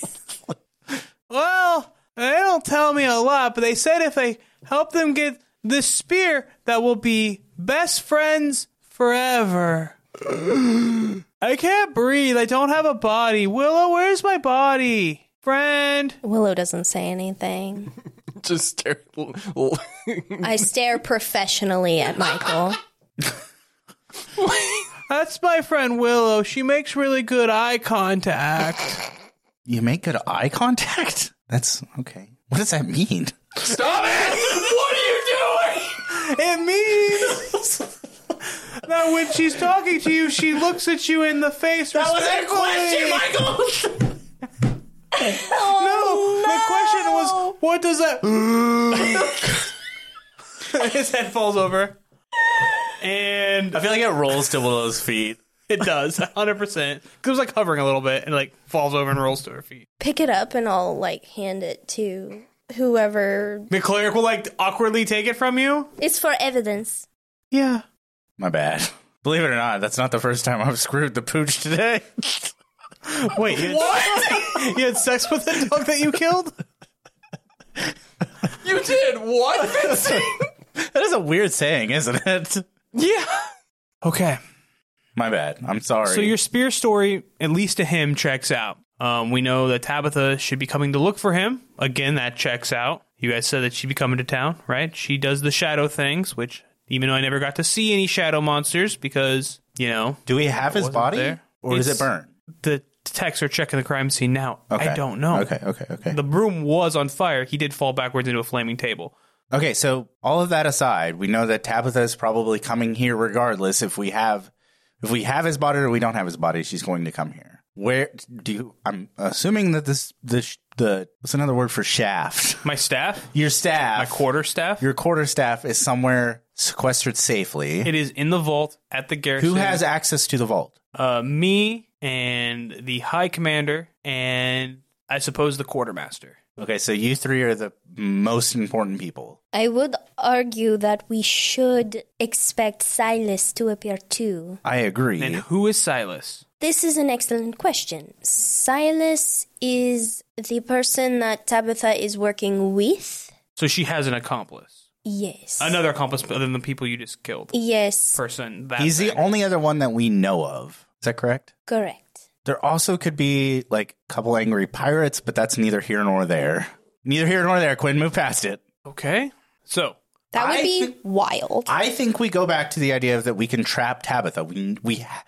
S4: well, they don't tell me a lot, but they said if I help them get this spear, that will be best friends forever. I can't breathe. I don't have a body. Willow, where's my body? Friend.
S3: Willow doesn't say anything.
S2: Just stare.
S3: I stare professionally at Michael.
S4: That's my friend Willow. She makes really good eye contact.
S1: You make good eye contact? That's okay. What does that mean?
S2: Stop it! What are you doing?
S4: It means that when she's talking to you, she looks at you in the face. That
S2: question, Michael.
S4: No, the question was, what does that? His head falls over, and
S6: I feel like it rolls to Willow's feet.
S4: it does 100. percent It was like hovering a little bit, and like falls over and rolls to her feet.
S3: Pick it up and I'll like hand it to whoever.
S4: The cleric will like awkwardly take it from you.
S5: It's for evidence.
S4: Yeah,
S1: My bad. Believe it or not, that's not the first time I've screwed the pooch today.
S4: Wait, you had, what? you had sex with the dog that you killed?
S2: You did what, Vincent?
S1: that is a weird saying, isn't it?
S2: yeah.
S4: Okay.
S1: My bad. I'm sorry.
S4: So your spear story, at least to him, checks out. Um, we know that Tabitha should be coming to look for him. Again, that checks out. You guys said that she'd be coming to town, right? She does the shadow things, which even though I never got to see any shadow monsters because, you know,
S1: Do we have his
S4: Wasn't
S1: body,
S4: there.
S1: or is it
S4: It's-
S1: burn?
S4: the techs are checking the crime scene now. I don't know.
S1: Okay, okay, okay.
S4: The broom was on fire. He did fall backwards into a flaming table.
S1: okay, so all of that aside, we know that Tabitha is probably coming here regardless. If we have, if we have his body or we don't have his body, she's going to come here. Where do you? I'm assuming that this this the what's another word for shaft?
S4: My staff,
S1: Your staff,
S4: my quarter staff,
S1: your quarter staff is somewhere sequestered safely.
S4: it is in the vault at the garrison.
S1: Who has access to the vault?
S4: uh, me and the high commander and I suppose the quartermaster.
S1: Okay, so you three are the most important people.
S5: I would argue that we should expect Silas to appear too.
S1: I agree.
S4: And who is Silas?
S5: This is an excellent question. Silas is the person that Tabitha is working with.
S4: So she has an accomplice,
S5: Yes.
S4: another accomplice other than the people you just killed.
S5: Yes,
S4: Person. That
S1: He's the
S4: thing.
S1: only other one that we know of. Is that correct?
S5: correct.
S1: There also could be like a couple angry pirates, but that's neither here nor there. Neither here nor there, Quinn. Move past it.
S4: Okay. So
S3: That would
S1: I
S3: be
S1: thi-
S3: wild.
S1: I think we go back to the idea of that we can trap Tabitha. We we ha-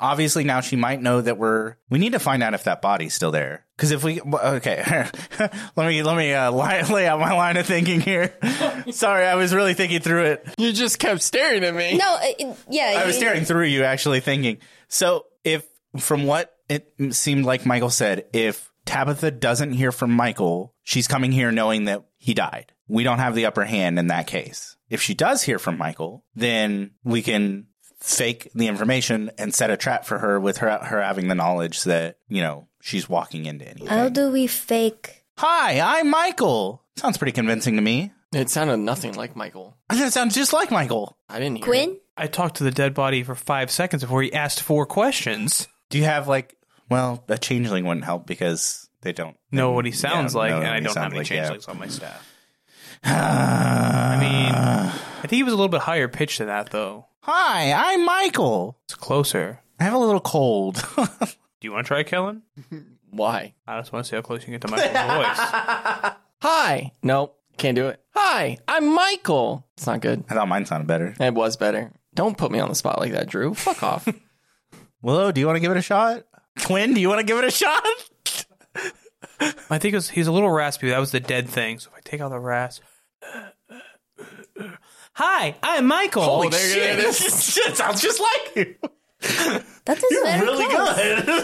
S1: obviously now she might know that we're we need to find out if that body's still there. Because if we well, okay, let me let me uh, lie, lay out my line of thinking here. Sorry, I was really thinking through it.
S2: You just kept staring at me.
S3: no, uh, uh, yeah.
S1: I was
S3: you-
S1: staring through you, actually thinking. So, if from what it seemed like Michael said, if Tabitha doesn't hear from Michael, she's coming here knowing that he died. We don't have the upper hand in that case. If she does hear from Michael, then we can fake the information and set a trap for her with her her having the knowledge that you know she's walking into anything.
S3: Uh,
S5: How do we fake?
S1: Hi, I'm Michael. Sounds pretty convincing to me.
S2: It sounded nothing like Michael.
S1: That sounds just like Michael.
S2: I didn't hear.
S5: Quinn?
S2: it.
S4: I talked to the dead body for five seconds before he asked four questions.
S1: Do you have like well, a changeling wouldn't help because they don't
S4: Know what he sounds
S1: Yeah,
S4: like,
S1: know
S4: and
S1: what
S4: I
S1: he
S4: don't have
S1: sounds
S4: any
S1: like, yeah.
S4: changelings on my staff. I mean, I think he was a little bit higher pitched than that, though.
S1: Hi, I'm Michael.
S4: It's closer.
S1: I have a little cold.
S4: Do you want to try Kellen?
S2: Why?
S4: I just want to see how close you can get to Michael's voice.
S2: Hi. No, can't do it. Hi, I'm Michael. It's not good.
S1: I thought mine sounded better.
S2: It was better. Don't put me on the spot like that, Drew. Fuck off.
S1: Willow, do you want to give it a shot? Quinn, do you want to give it a shot?
S4: I think it was, he's a little raspy. That was the dead thing. So if I take out the rasp. Hi, I'm Michael.
S2: Oh, there it is.
S1: Shit sounds just like you.
S5: That is very
S1: Really
S5: close.
S1: good.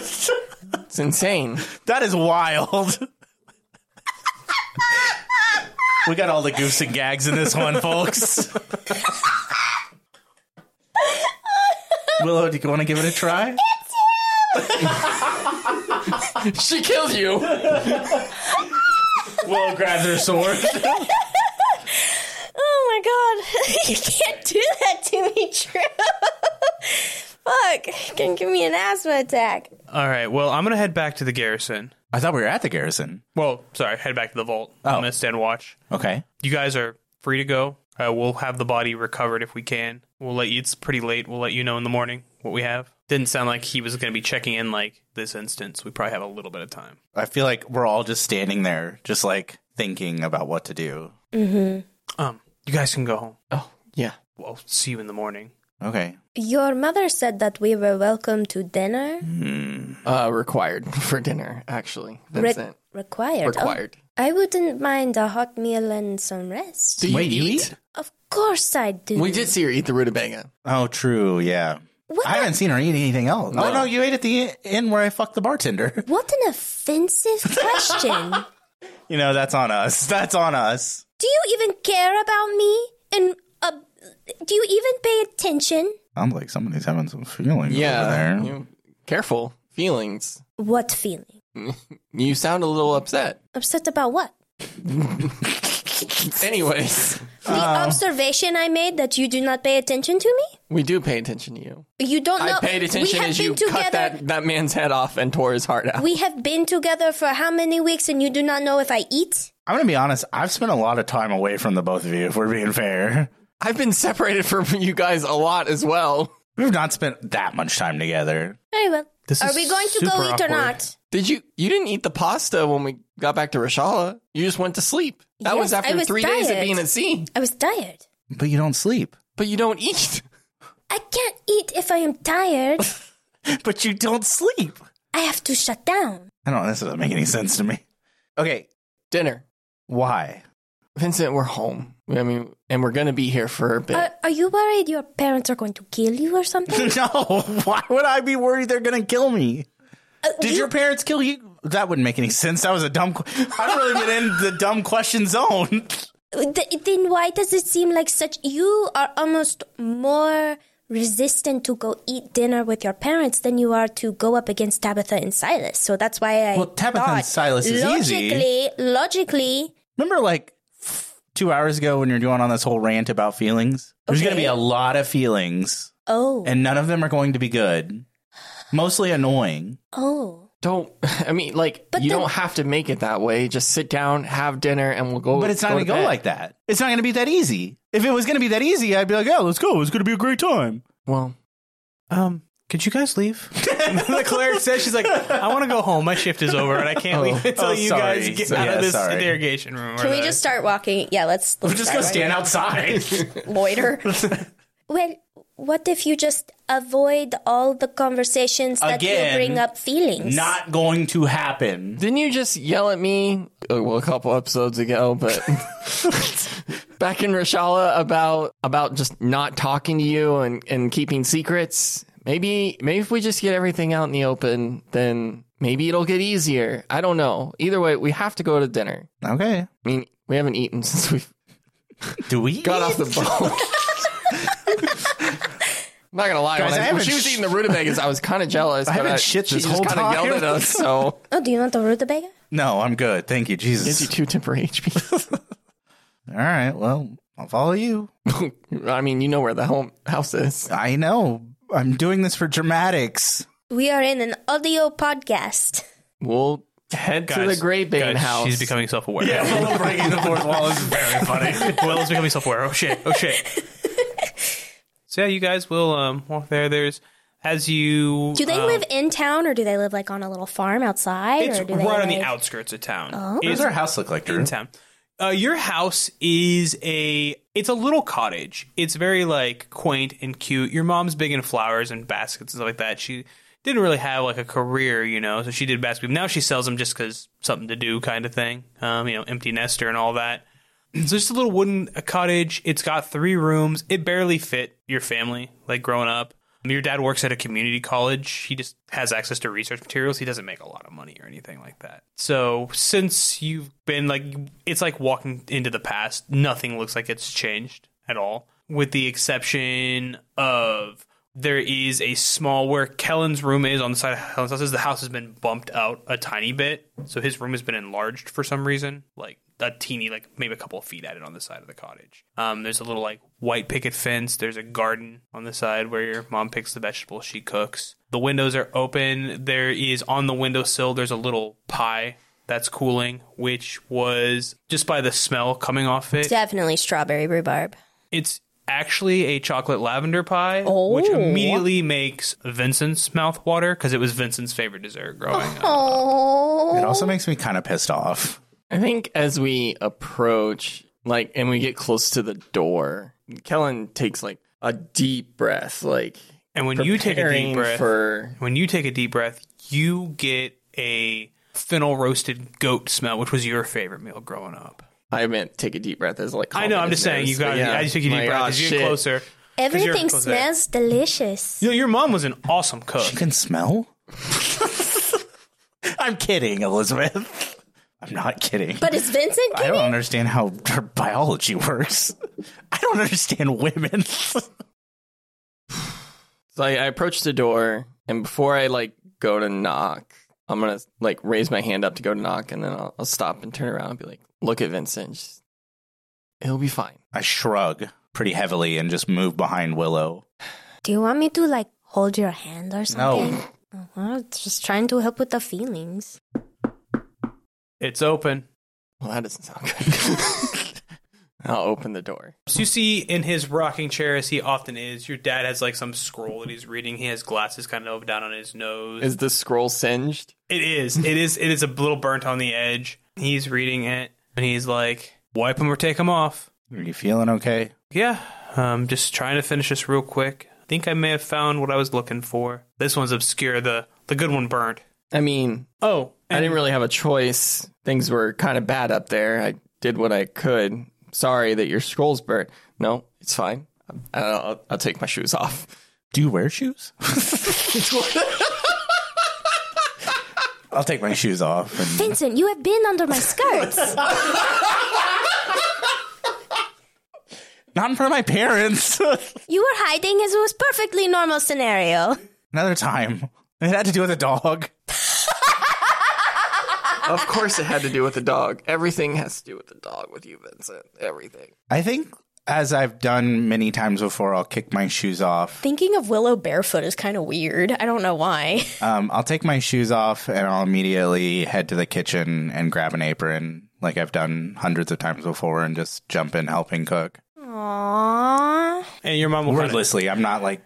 S2: It's insane.
S1: that is wild. we got all the goofs and gags in this one, folks. Willow, do you want to give it a try?
S2: She killed you.
S7: Will grabs her sword.
S3: Oh my god. you can't do that to me, Drew. Fuck. Can give me an asthma attack.
S4: All right. Well, I'm gonna head back to the garrison.
S1: I thought we were at the garrison.
S4: Well, sorry, head back to the vault. I'm gonna stand watch.
S1: Okay.
S4: You guys are free to go. Uh, we'll have the body recovered if we can. We'll let you. It's pretty late. We'll let you know in the morning what we have. Didn't sound like he was gonna be checking in like this instance. We probably have a little bit of time.
S1: I feel like we're all just standing there, just like thinking about what to do.
S4: Um, you guys can go home.
S2: Oh, yeah.
S4: I'll see you in the morning.
S1: Okay.
S3: Your mother said that we were welcome to dinner.
S2: Uh, required for dinner, actually. Vincent.
S3: required. Oh,
S2: required.
S3: I wouldn't mind a hot meal and some rest.
S2: Do you
S1: Wait, you eat?
S3: Of course I do.
S2: We did see her eat the rutabaga.
S1: Oh, true. Yeah.
S3: What,
S1: I
S3: a-
S1: haven't seen her eat anything else. Oh, no. You ate at the inn where I fucked the bartender.
S3: what an offensive question.
S1: You know, that's on us. That's on us.
S3: do you even care about me? And uh, do you even pay attention?
S1: I'm like, somebody's having some feelings over
S2: Yeah.
S1: there.
S2: You- careful. Feelings.
S3: What feeling?
S2: You sound a little upset.
S3: Upset about what?
S2: Anyways,
S3: The observation I made that you do not pay attention to me?
S2: we do pay attention to you.
S3: You don't know.
S2: I paid
S3: we
S2: attention
S3: have
S2: as
S3: been
S2: you
S3: together.
S2: cut that, that man's head off and tore his heart out.
S3: We have been together for how many weeks and you do not know if I eat?
S1: I'm going to be honest. I've spent a lot of time away from the both of you, if we're being fair.
S2: I've been separated from you guys a lot as well.
S1: We've not spent that much time together.
S3: Very well.
S4: This
S3: Are
S4: is
S3: we going to go
S4: super
S3: eat or
S4: awkward.
S3: not?
S2: Did you? You didn't eat the pasta when we got back to Rashala. You just went to sleep. That
S3: Yes,
S2: was after
S3: I was
S2: three days of
S3: tired.
S2: being at sea.
S3: I was tired.
S1: But you don't sleep.
S2: But you don't eat.
S3: I can't eat if I am tired.
S1: But you don't sleep.
S3: I have to shut down.
S1: I don't know. This doesn't make any sense to me. Okay.
S2: Dinner,
S1: Why?
S2: Vincent. We're home. I mean, and we're gonna be here for a bit.
S3: Are, are you worried your parents are going to kill you or something?
S1: no. Why would I be worried they're going to kill me?
S3: Uh,
S1: Did
S3: you-
S1: your parents kill you? That wouldn't make any sense. That was a dumb. Qu- I've really been in the dumb question zone.
S3: Th- then why does it seem like such you are almost more resistant to go eat dinner with your parents than you are to go up against Tabitha and Silas. So that's why I
S1: Well, Tabitha and
S3: thought-
S1: Silas is easy.
S3: logically, logically
S1: Remember, like f- two hours ago, when you're going on this whole rant about feelings. There's going to
S3: Okay.
S1: be a lot of feelings,
S3: oh
S1: and none of them are going to be good. Mostly annoying.
S3: oh
S2: don't. I mean, like
S3: But
S2: you
S3: then-
S2: don't have to make it that way. Just sit down, have dinner, and we'll go.
S1: But it's not
S2: go
S1: going to go
S2: bed.
S1: like that. It's not going to be that easy. If it was going to be that easy, I'd be like, "Yeah, let's go. It's going to be a great time."
S2: Well,
S4: Um, could you guys leave? the cleric says she's like, I want to go home. My shift is over, and I can't leave until
S1: oh,
S4: you
S1: sorry.
S4: guys get
S1: So-
S4: out
S1: yeah,
S4: of this
S1: sorry.
S4: interrogation room.
S8: Can we just start walking? Yeah, let's, let's
S1: Just
S8: start
S1: go stand outside.
S8: walking. loiter.
S3: well what if you just avoid all the conversations that
S1: Again,
S3: will bring up feelings
S1: not going to happen.
S2: didn't you just yell at me? uh, Well, a couple episodes ago, but back in Rashala about about just not talking to you and and keeping secrets. Maybe maybe if we just get everything out in the open, then maybe it'll get easier. I don't know. Either way, we have to go to dinner.
S1: Okay.
S2: I mean, we haven't eaten since we
S1: Do we
S2: got off the boat. I'm not gonna lie,
S1: Guys,
S2: when,
S1: I
S2: I, when
S1: haven't
S2: she was
S1: sh-
S2: eating the rutabagas, I was kind of jealous. I
S1: haven't
S2: but
S1: shit
S2: she
S1: this
S2: just
S1: whole
S2: kinda
S1: time.
S2: yelled at us, so
S3: oh do you want the rutabaga
S1: No, I'm good. Thank you,
S2: gives you
S1: Jesus.
S2: two temporary HP.
S1: All right. Well, I'll follow you.
S2: I mean, you know where the home house is.
S1: I know. I'm doing this for dramatics.
S3: we are in an audio podcast
S2: We'll head to the Grey Bane house.
S4: She's becoming self-aware.
S1: Well, breaking the fourth wall is very funny.
S4: Will is becoming self-aware. Oh shit! Oh shit! so yeah, you guys will um, walk there. There's as you.
S3: do they
S4: um,
S3: live in town or do they live like on a little farm outside
S4: It's
S3: or
S4: right
S3: do they
S4: on the
S3: like-
S4: outskirts of town.
S1: What
S4: It's
S1: does our house look like, Drew?
S4: in town. Uh, your house is a it's a little cottage. It's very like quaint and cute. Your mom's big in flowers and baskets and stuff like that. She didn't really have like a career, you know, so she did basket. Now she sells them just because something to do kind of thing. Um, you know, empty nester and all that. So just a little wooden cottage. It's got three rooms. It barely fit your family, like growing up. Your dad works at a community college. He just has access to research materials. He doesn't make a lot of money or anything like that. So since you've been like, it's like walking into the past. Nothing looks like it's changed at all, with the exception of There is a small where Kellen's room is on the side of Kellen's house. Is the house has been bumped out a tiny bit, so his room has been enlarged for some reason, like a teeny, like maybe a couple of feet added on the side of the cottage. Um, there's a little like white picket fence. There's a garden on the side where your mom picks the vegetables she cooks. The windows are open. There is on the windowsill. There's a little pie that's cooling, which was just by the smell coming off it.
S3: Definitely strawberry rhubarb.
S4: It's actually a chocolate lavender pie, which immediately makes Vincent's mouth water because it was Vincent's favorite dessert growing up.
S3: Oh.
S1: It also makes me kind of pissed off.
S2: I think as we approach, like, and we get close to the door, Kellen takes like a deep breath, like,
S4: And when you take a
S2: preparing
S4: deep breath,
S2: for
S4: when you take a deep breath, you get a fennel roasted goat smell, which was your favorite meal growing up.
S2: I meant take a deep breath as like.
S4: I know. I'm just saying, you got. I just took a deep breath.
S2: oh,
S4: as you
S2: ah,
S4: get closer. 'cause you're
S5: Everything
S4: closer.
S5: smells delicious.
S4: You know, your mom was an awesome cook.
S1: You can smell? I'm kidding, Elizabeth. I'm not kidding.
S5: But is Vincent
S1: I don't understand how her biology works. I don't understand women.
S2: So I, I approach the door, and before I like go to knock, I'm gonna like raise my hand up to go to knock, and then I'll, I'll stop and turn around and be like, "Look at Vincent. Just- He'll be fine."
S1: I shrug pretty heavily and just move behind Willow.
S5: Do you want me to like hold your hand or something?
S1: No.
S5: Oh, well, it's just trying to help with the feelings.
S4: It's open.
S2: Well, that doesn't sound good. I'll open the door.
S4: So you see in his rocking chair, as he often is, your dad has like some scroll that he's reading. He has glasses kind of down on his nose.
S2: Is the scroll singed?
S4: It is. It is. It is a little burnt on the edge. He's reading it, and he's like, "Wipe him or take him off."
S1: Are you feeling okay?
S4: Yeah, um, just trying to finish this real quick. I think I may have found what I was looking for. This one's obscure. The the good one burnt.
S2: I mean,
S4: Oh,
S2: I didn't really have a choice. Things were kind of bad up there. I did what I could. Sorry that your scroll's burnt. No, it's fine. I- I'll, I'll take my shoes off.
S1: Do you wear shoes? I'll take my shoes off. And
S5: Vincent, you have been under my skirts.
S1: not in front of my parents.
S5: you were hiding as it was perfectly normal scenario.
S1: Another time. It had to do with a dog.
S2: of course it had to do with the dog. Everything has to do with the dog with you, Vincent. Everything.
S1: I think, as I've done many times before, I'll kick my shoes off.
S3: Thinking of Willow barefoot is kind of weird. I don't know why.
S1: Um, I'll take my shoes off and I'll immediately head to the kitchen and grab an apron, like I've done hundreds of times before, and just jump in helping cook.
S5: Aww.
S4: and your mom will kind of,
S1: Wordlessly, I'm not like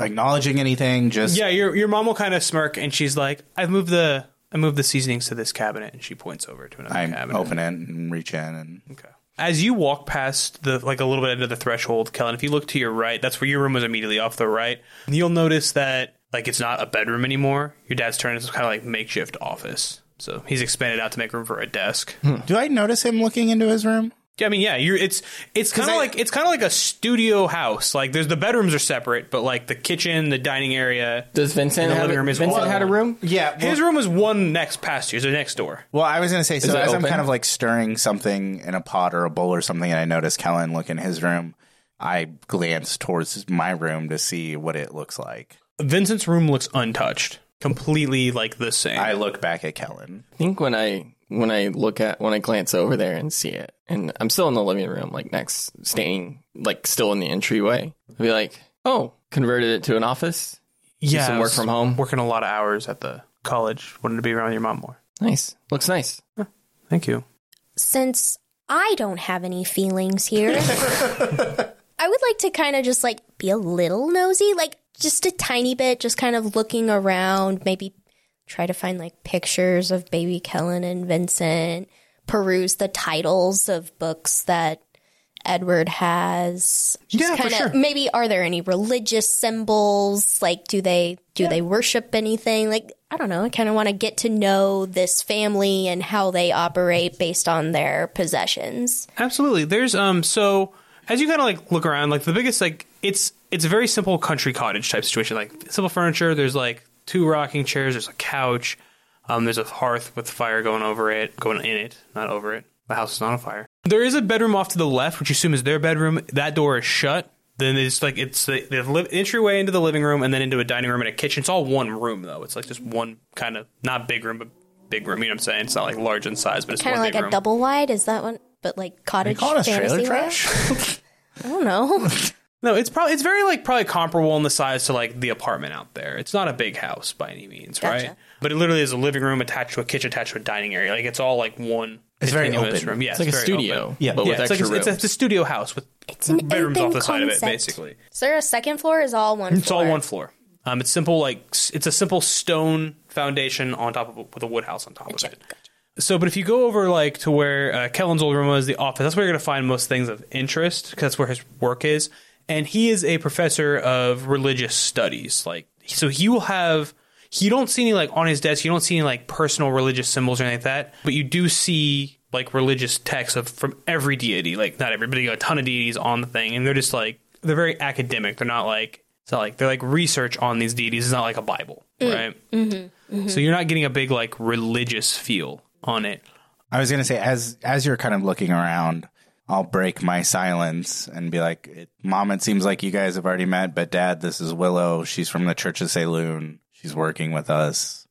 S1: acknowledging anything. Just
S4: yeah, your your mom will kind of smirk, and she's like, "I've moved the I moved the seasonings to this cabinet," and she points over to another
S1: I
S4: cabinet.
S1: open it and reach in, and
S4: Okay. As you walk past the like a little bit under the threshold, Kellen, if you look to your right, that's where your room was immediately off the right. You'll notice that like it's not a bedroom anymore. Your dad's turned into kind of like makeshift office. So he's expanded out to make room for a desk.
S1: do I notice him looking into his room?
S4: Yeah, I mean, yeah, you're it's it's kind of
S1: I-
S4: like it's kind of like a studio house. Like there's the bedrooms are separate, but like the kitchen, the dining area,
S2: Does Vincent
S4: the
S2: have
S4: living room is
S2: Vincent
S4: one.
S2: had a room?
S1: Yeah,
S4: his room was one next past yours, or next door.
S1: Well, I was going to say, so
S2: it
S1: as I'm
S2: open?
S1: kind of like stirring something in a pot or a bowl or something, and I notice Kellen look in his room, I glance towards my room to see what it looks like.
S4: Vincent's room looks untouched, completely like the same.
S1: I look back at Kellen.
S2: I think when I when I look at when I glance over there and see it, and I'm still in the living room, like next staying like still in the entryway, I'll be like, Oh, converted it to an office?
S4: yeah,
S2: some
S4: I
S2: work
S4: was
S2: from home.
S4: working a lot of hours at the college, wanted to be around your mom more.
S2: Nice. Looks nice.
S4: Thank you.
S5: Since I don't have any feelings here, I would like to kind of just like be a little nosy, like
S3: just a tiny bit, just kind of looking around, maybe try to find like pictures of baby Kellen and Vincent, peruse the titles of books that Edward has. Just
S4: Yeah, for
S3: kinda,
S4: sure.
S3: Maybe are there any religious symbols? Like, do they do they worship anything? Like, I don't know. I kind of want to get to know this family and how they operate based on their possessions.
S4: Absolutely. There's um so as you kind of like look around, like the biggest like it's it's a very simple country cottage type situation. Like simple furniture. There's like two rocking chairs. There's a couch. Um, there's a hearth with fire going over it, going in it, not over it. The house is not on fire. There is a bedroom off to the left, which you assume is their bedroom. That door is shut. Then it's like it's the, the li- entryway into the living room and then into a dining room and a kitchen. It's all one room though. It's like just one kind of not big room, but big room. You know what I'm saying? It's not like large in size, but it's
S3: Kind of
S4: one
S3: like
S4: big
S3: a
S4: room.
S3: double wide. Is that one? But like cottage
S1: Call us
S3: fantasy
S1: trailer
S3: wide?
S1: trash.
S3: I don't know.
S4: No, it's probably it's very like probably comparable in the size to like the apartment out there. It's not a big house by any means,
S3: Gotcha.
S4: right? But it literally is a living room attached to a kitchen attached to a dining area. Like it's all like one.
S1: It's very
S4: continuous
S1: open.
S4: Room. Yeah,
S2: It's like a
S4: very
S2: studio,
S4: open.
S2: yeah, but
S4: Yeah,
S2: with
S4: it's like
S2: extra
S4: it's,
S2: rooms.
S4: it's a studio house with
S5: It's an
S4: bedrooms
S5: open
S4: off the side of it,
S5: concept.
S4: basically.
S3: Is there a second floor? Or is all one?
S4: It's all one floor. Um, it's simple, like s- it's a simple stone foundation on top of with a wood house on top of it. So, but if you go over like to where uh, Kellen's old room was, the office, that's where you're going to find most things of interest because that's where his work is. And he is a professor of religious studies. Like, so he will have. You don't see any like on his desk. You don't see any like personal religious symbols or anything like that. But you do see like religious texts of from every deity. Like not everybody, a ton of deities on the thing, and they're just like they're very academic. They're not like it's not like they're like research on these deities. It's not like a Bible, right? So you're not getting a big like religious feel on it.
S1: I was gonna say as as you're kind of looking around, I'll break my silence and be like, "It- "Mom, it seems like you guys have already met, but Dad, this is Willow. She's from the Church of Saloon. She's working with us."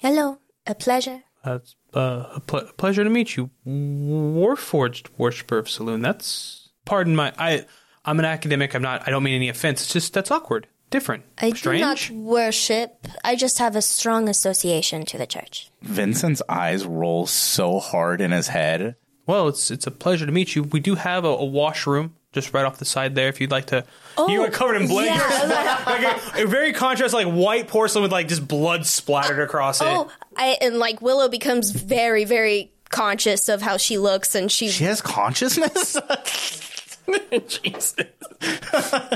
S5: Hello, a pleasure.
S4: Uh, it's uh, a ple- pleasure to meet you, Warforged Worshiper of Saloon. That's pardon my I. I'm an academic. I'm not. I don't mean any offense. It's just that's awkward, different,
S5: I
S4: strange.
S5: do not worship. I just have a strong association to the church.
S1: Vincent's eyes roll so hard in his head.
S4: Well, it's it's a pleasure to meet you. We do have a, a washroom just right off the side there. If you'd like to,
S5: Oh.
S4: you are covered in blood. Like a, a very contrast, like white porcelain with like just blood splattered across it.
S3: Oh, I, and like Willow becomes very, very conscious of how she looks, and she.
S1: She has consciousness.
S2: Jesus.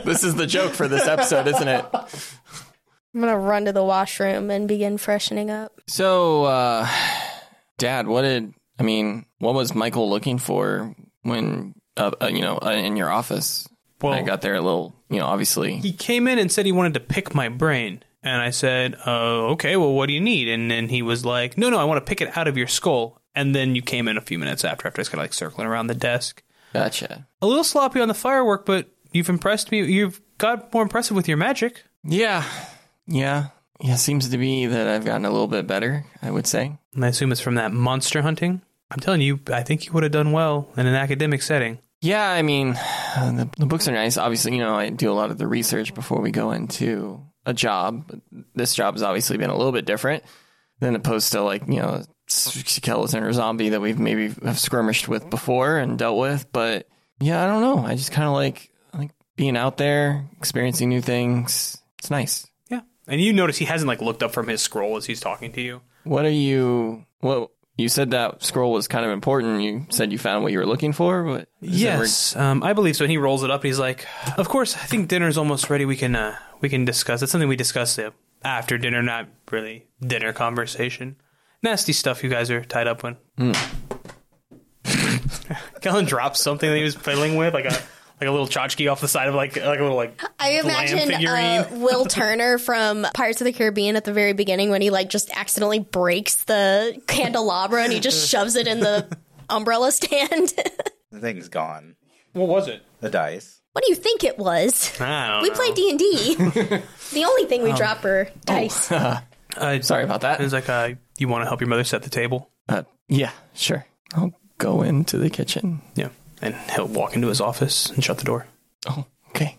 S2: this is the joke for this episode, isn't it?
S3: I'm gonna run to the washroom and begin freshening up.
S2: So, uh, Dad, what did I mean? What was Michael looking for when uh, uh, you know uh, in your office?
S4: Well-
S2: I got there a little, you know, obviously.
S4: he came in and said he wanted to pick my brain. And I said, oh, okay, well, what do you need? And then he was like, no, no, I want to pick it out of your skull. And then you came in a few minutes after, after I was kind of like circling around the desk.
S2: Gotcha.
S4: A little sloppy on the firework, but you've impressed me. You've got more impressive with your magic.
S2: Yeah, yeah, yeah. Seems to be that I've gotten a little bit better. I would say.
S4: And I assume it's from that monster hunting. I'm telling you, I think you would have done well in an academic setting.
S2: Yeah, I mean, the, the books are nice. Obviously, you know, I do a lot of the research before we go into a job. But this job has obviously been a little bit different than opposed to like you know skeleton or zombie that we've maybe have skirmished with before and dealt with. But yeah, I don't know. I just kind of like I like being out there, experiencing new things. It's nice.
S4: Yeah. And you notice he hasn't like looked up from his scroll as he's talking to you.
S2: What are you? What you said that scroll was kind of important. You said you found what you were looking for. What? is that where-
S4: Yes, um, I believe so. And he rolls it up. He's like, "Of course, I think dinner's almost ready. We can uh, we can discuss. It's something we discuss uh, after dinner, not really dinner conversation. Nasty stuff you guys are tied up when."
S2: Hmm.
S4: Kellen drops something that he was fiddling with, like a like a little tchotchke off the side of like like a little like
S3: I
S4: glam
S3: imagine uh,
S4: figurine.
S3: Will Turner from Pirates of the Caribbean at the very beginning when he like just accidentally breaks the candelabra and he just shoves it in the umbrella stand.
S1: the thing's gone.
S4: What was it?
S1: The dice.
S3: what do you think it was?
S4: I don't
S3: We
S4: know. Um, oh.
S3: played D and D. The only thing we drop are dice.
S4: Uh,
S2: Sorry about that.
S4: It's like, uh, "You want to help your mother set the table?"
S2: Uh, yeah, sure. I'll go into the kitchen.
S4: Yeah, and he'll walk into his office and shut the door.
S2: Oh, okay.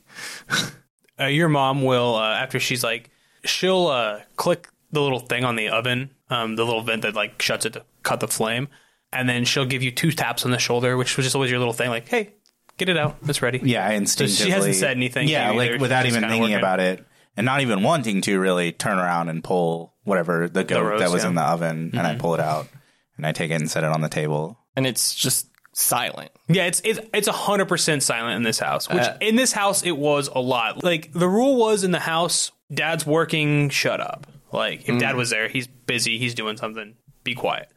S4: uh, your mom will uh, after she's like she'll uh, click the little thing on the oven um, the little vent that like shuts it to cut the flame and then she'll give you two taps on the shoulder which was just always your little thing like hey get it out it's ready
S1: Yeah, I
S4: So
S1: instinctively.
S4: she hasn't said anything
S1: Yeah,
S4: to you
S1: like
S4: either.
S1: without
S4: She's
S1: even
S4: kinda
S1: thinking
S4: working.
S1: about it and not even wanting to really turn around and pull whatever the goat
S4: roast,
S1: that was
S4: yeah. Mm-hmm.
S1: in the oven, and I pull it out and I take it and set it on the table.
S2: And it's just silent.
S4: Yeah, it's it's it's hundred percent silent in this house. Which in this house it was a lot. Like the rule was in the house, Dad's working, shut up. Like if Dad was there, he's busy, he's doing something, be quiet.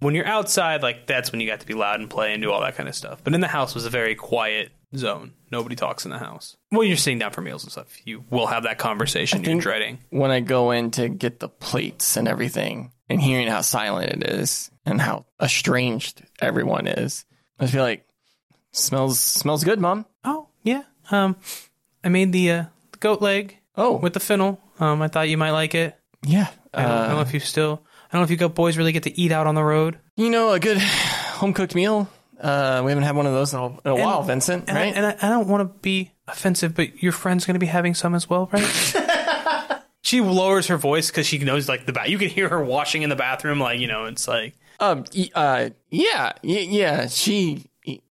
S4: When you're outside, like that's when you got to be loud and play and do all that kind of stuff. But in the house was a very quiet zone. Nobody talks in the house. When you're sitting down for meals and stuff, you will have that conversation you're
S2: think-
S4: dreading.
S2: When I go in to get the plates and everything, and hearing how silent it is and how estranged everyone is, I feel like smells smells good, mom.
S4: Oh yeah. Um,
S6: I made the uh, the goat leg.
S2: Oh.
S6: with the fennel. Um, I thought you might like it.
S2: Yeah.
S6: I don't, I
S2: Uh,
S6: don't know if you still. I don't know if you goat boys really get to eat out on the road.
S2: you know, a good home cooked meal. Uh, we haven't had one of those in a, in a while, Vincent.
S6: And I-
S2: Right?
S6: and I, I don't want to be offensive, but your friend's going to be having some as well, right?
S4: She lowers her voice because she knows like the bath. You can hear her washing in the bathroom. Like you know, it's like
S2: Um. y- Uh. Yeah. y- Yeah. She.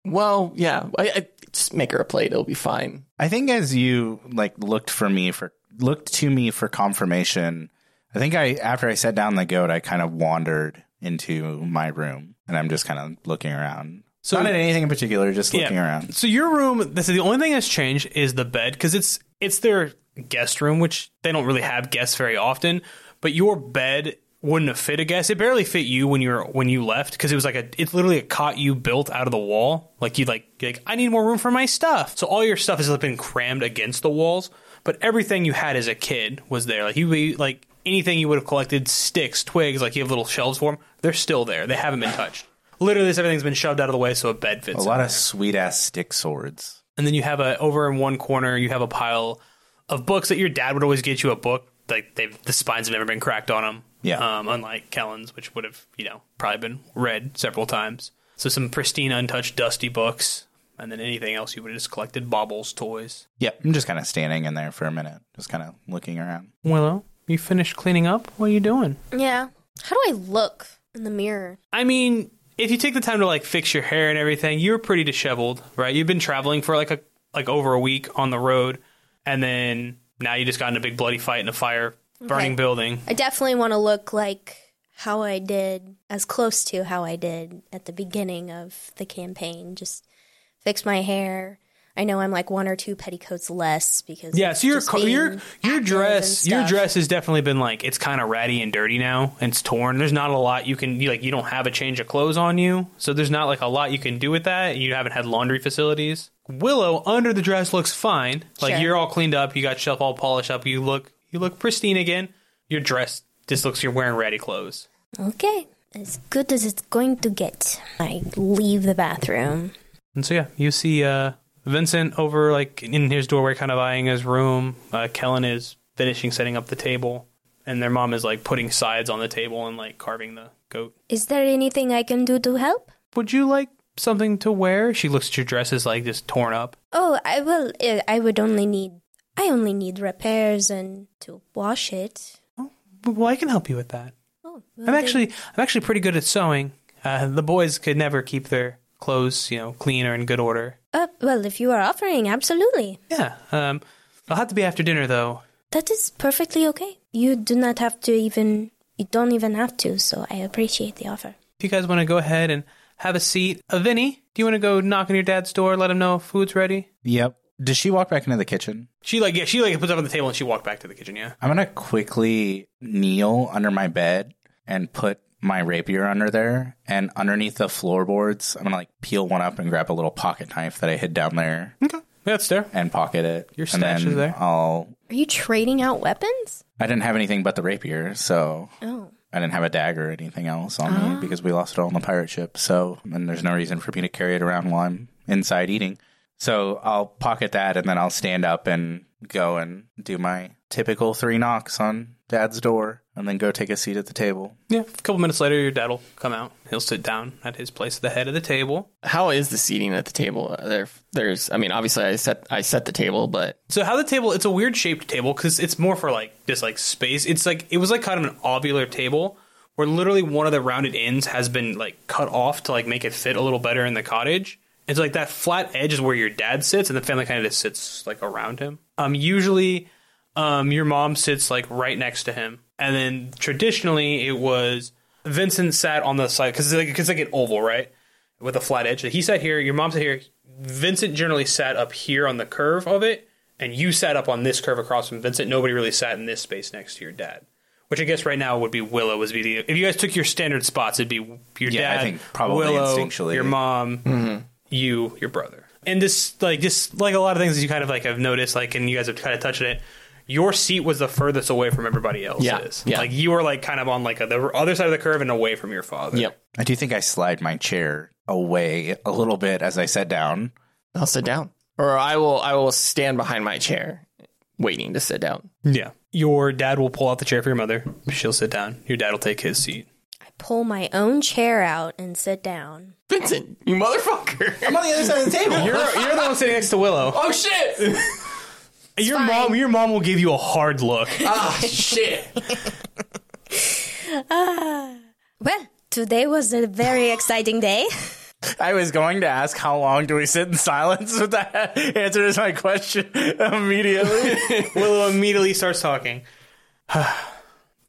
S2: Well. Yeah. I, I just make her a plate. It'll be fine.
S1: I think as you like looked for me for looked to me for confirmation, I think I after I set down the goat, I kind of wandered into my room and I'm just kind of looking around. So not at anything in particular, just looking around.
S4: So your room. This is the only thing that's changed is the bed because it's it's their guest room, which they don't really have guests very often. But your bed wouldn't have fit a guest. It barely fit you when you were when you left because it was like a it's literally a cot you built out of the wall. Like you like you're like I need more room for my stuff. So all your stuff has been crammed against the walls. But everything you had as a kid was there. Like you you- like anything you would have collected, sticks, twigs. Like you have little shelves for them. They're still there. They haven't been touched. Literally, this- everything's been shoved out of the way, so a bed fits.
S1: A lot of sweet ass stick swords.
S4: And then you have a over in one corner, you have a pile of books that your dad would always get you a book. Like they the spines have never been cracked on them.
S1: Yeah.
S4: Um, unlike Kellen's, which would have you know probably been read several times. So some pristine, untouched, dusty books, and then anything else you would have just collected: baubles, toys.
S1: Yep, I'm just kind of standing in there for a minute, just kind of looking around.
S6: Willow, you finished cleaning up. What are you doing?
S3: Yeah. How do I look in the mirror?
S4: I mean, if you take the time to like fix your hair and everything, you're pretty disheveled, right? You've been traveling for like a like over a week on the road, and then now you just got in a big bloody fight in a fire burning
S3: Okay.
S4: building.
S3: I definitely want to look like how I did, as close to how I did at the beginning of the campaign. Just fix my hair. I know I'm like one or two petticoats less because
S4: Yeah,
S3: of
S4: so your
S3: just
S4: co- your
S3: being
S4: your
S3: active
S4: dress
S3: and
S4: your
S3: stuff.
S4: dress has definitely been like it's kind of ratty and dirty now, and it's torn. There's not a lot you can you, like you don't have a change of clothes on you, so there's not like a lot you can do with that. You haven't had laundry facilities. Willow under the dress looks fine. Like
S3: Sure.
S4: you're all cleaned up, you got yourself all polished up. You look you look pristine again. Your dress just looks you're wearing ratty clothes.
S3: Okay. As good as it's going to get. I leave the bathroom.
S6: And so yeah, you see uh, Vincent over like in his doorway, kind of eyeing his room.
S4: Uh, Kellen is finishing setting up the table, and their mom is like putting sides on the table and like carving the goat.
S9: Is there anything I can do to help?
S6: Would you like something to wear?
S4: She looks at your dress is like just torn up.
S9: Oh, I will.
S3: eh,
S9: uh, I would only need. I only need repairs and to wash it.
S6: Well, I can help you with that.
S9: Oh,
S6: I'm actually I'm actually pretty good at sewing. Uh, the boys could never keep their clothes, you know, clean or in good order.
S9: Uh, well, if you are offering, absolutely.
S6: Yeah. Um, I'll have to be after dinner though.
S9: That is perfectly okay. You do not have to even. You don't even have to. So I appreciate the offer.
S6: If you guys want to go ahead and have a seat, uh, Vinny, do you want to go knock on your dad's door, let him know food's ready?
S1: Yep. Does she walk back into the kitchen?
S4: She like yeah, she like puts it on the table and she walked back to the kitchen. Yeah,
S1: I'm gonna quickly kneel under my bed and put my rapier under there, and underneath the floorboards, I'm gonna like peel one up and grab a little pocket knife that I hid down there
S4: that's there.
S1: and pocket it.
S6: Hmm. Your
S1: and
S6: stash
S1: then
S6: is there.
S1: I'll.
S3: Are you trading out weapons?
S1: I didn't have anything but the rapier, so
S3: Oh.
S1: I didn't have a dagger or anything else on me because we lost it all on the pirate ship. So, and there's no reason for me to carry it around while I'm inside eating. So I'll pocket that and then I'll stand up and go and do my typical three knocks on dad's door and then go take a seat at the table.
S4: Yeah, a couple minutes later, your dad will come out. He'll sit down at his place at the head of the table.
S2: How is the seating at the table? Uh, There, there's. I mean, obviously, I set. I set the table, but
S4: So how the table? It's a weird shaped table because it's more for like just like space. It's like it was like kind of an ovular table where literally one of the rounded ends has been like cut off to like make it fit a little better in the cottage. It's like that flat edge is where your dad sits, and the family kind of just sits like around him. Um, usually, um, your mom sits like right next to him, and then traditionally it was Vincent sat on the side because it's like it's like an oval, right? with a flat edge. He sat here, your mom sat here. Vincent generally sat up here on the curve of it, and you sat up on this curve across from Vincent. Nobody really sat in this space next to your dad. Which I guess right now would be Willow. Would be the, if you guys took your standard spots, it'd be your
S1: Yeah, I
S4: dad,
S1: think probably
S4: Willow,
S1: instinctually.
S4: your mom,
S6: Mm-hmm.
S4: you, your brother. And this, like, just like a lot of things you kind of like have noticed, like, and you guys have kind of touched it. Your seat was the furthest away from everybody else's.
S2: Yeah, yeah.
S4: Like you were like kind of on like a, the other side of the curve and away from your father.
S2: yep.
S1: I do think I slide my chair away a little bit as I sit down.
S2: I'll sit down. or I will I will stand behind my chair waiting to sit down.
S6: Yeah. Your dad will pull out the chair for your mother. She'll sit down. Your dad will take his seat.
S3: I pull my own chair out and sit down.
S2: Vincent, you motherfucker.
S1: I'm on the other side of the table.
S6: You're, you're the one sitting next to Willow.
S2: Oh shit.
S6: Your
S3: fine.
S6: mom your mom will give you a hard look.
S2: Ah shit.
S5: Well, today was a very exciting day.
S1: I was going to ask how long do we sit in silence, but that answers my question immediately.
S6: Willow immediately starts talking.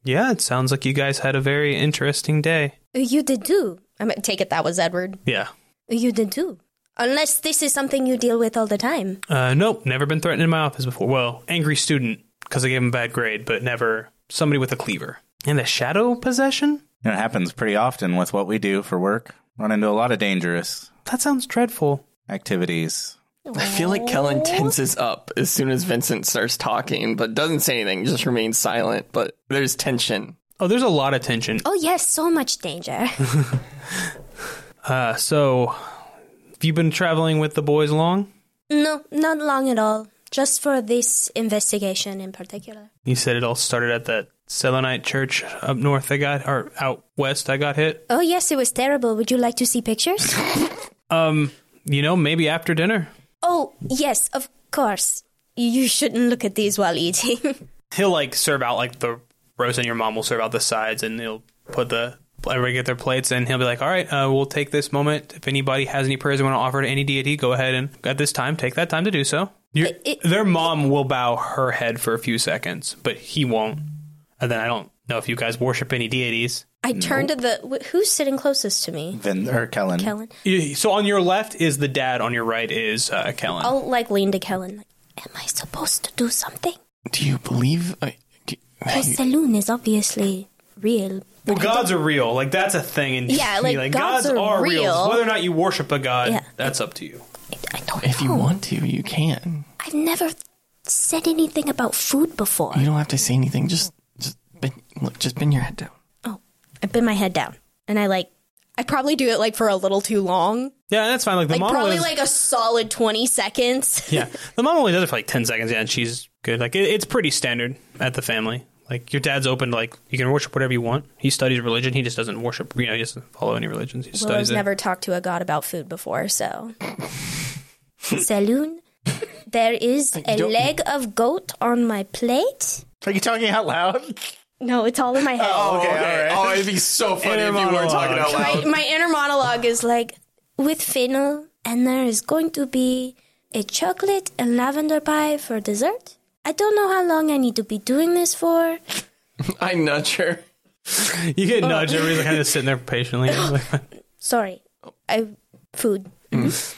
S4: Yeah, it sounds like you guys had a very interesting day.
S5: You did too.
S3: I mean, take it that was Edward.
S6: Yeah.
S5: You did too.
S3: Unless this is something you deal with all the time.
S4: Uh, nope, never been threatened in my office before. Well, angry student because I gave him a bad grade, but never somebody with a cleaver and a shadow possession.
S1: it happens pretty often with what we do for work. Run into a lot of dangerous
S4: That sounds dreadful.
S1: activities.
S2: I feel like Kellen tenses up as soon as Vincent starts talking, but doesn't say anything, just remains silent, but there's tension.
S4: Oh, there's a lot of tension.
S5: Oh, yes, so much danger.
S4: Uh, so, have you been traveling with the boys long?
S5: no, not long at all. Just for this investigation in particular.
S4: You said it all started at that Selenite church up north. I got or out west. I got hit.
S5: Oh, yes, it was terrible. Would you like to see pictures?
S4: Um, you know, maybe after dinner.
S5: oh, yes, of course. You shouldn't look at these while eating.
S6: He'll like serve out like the roast and your mom will serve out the sides and he'll put the everybody get their plates and he'll be like, All right, uh, we'll take this moment. If anybody has any prayers they want to offer to any deity, go ahead and at this time take that time to do so. Your,
S5: it-
S6: their mom will bow her head for a few seconds, but he won't. And then I don't know if you guys worship any deities.
S3: I turned to the. Wh- who's sitting closest to me?
S1: Vin or Kellen.
S3: Kellen.
S6: Y- So on your left is the dad, on your right is uh, Kellen.
S3: I'll like lean to Kellen. Like,
S5: Am I supposed to do something?
S2: Do you believe I do,
S5: The saloon is obviously real.
S6: Well, gods are real. Like that's a thing. And
S3: Yeah, like, gods are real.
S6: Whether or not you worship a god,
S3: Yeah.
S6: that's up to you.
S5: I don't
S2: if you
S5: know.
S2: want to, you can.
S5: I've never said anything about food before.
S2: You don't have to say anything. Just just bend, look, just bend your head down.
S5: Oh, I bend my head down. And I like,
S3: I probably do it like for a little too long.
S6: Yeah, that's fine. Like the
S3: Like
S6: mom
S3: probably
S6: was,
S3: like a solid twenty seconds.
S6: yeah, the mom only does it for like ten seconds. Yeah, and she's good. Like it, it's pretty standard at the family. Like your dad's open. to, Like you can worship whatever you want. He studies religion. He just doesn't worship. You know, he doesn't follow any religions. He just
S3: Willow's
S6: studies
S3: never talked to a god about food before, so
S5: saloon, there is a
S2: don't-
S5: leg of goat on my plate.
S1: Are you talking out loud?
S5: No, it's all in my head.
S1: Okay, all right.
S2: it'd be so funny
S6: Inner if you weren't talking monologue. out
S3: my, my inner monologue is like,
S5: With fennel, and there is going to be a chocolate and lavender pie for dessert. I don't know how long I need to be doing this for.
S2: I'm not sure.
S6: it. You get nudged. Everybody's kind of sitting there patiently.
S5: Sorry, I food.
S2: Mm-hmm.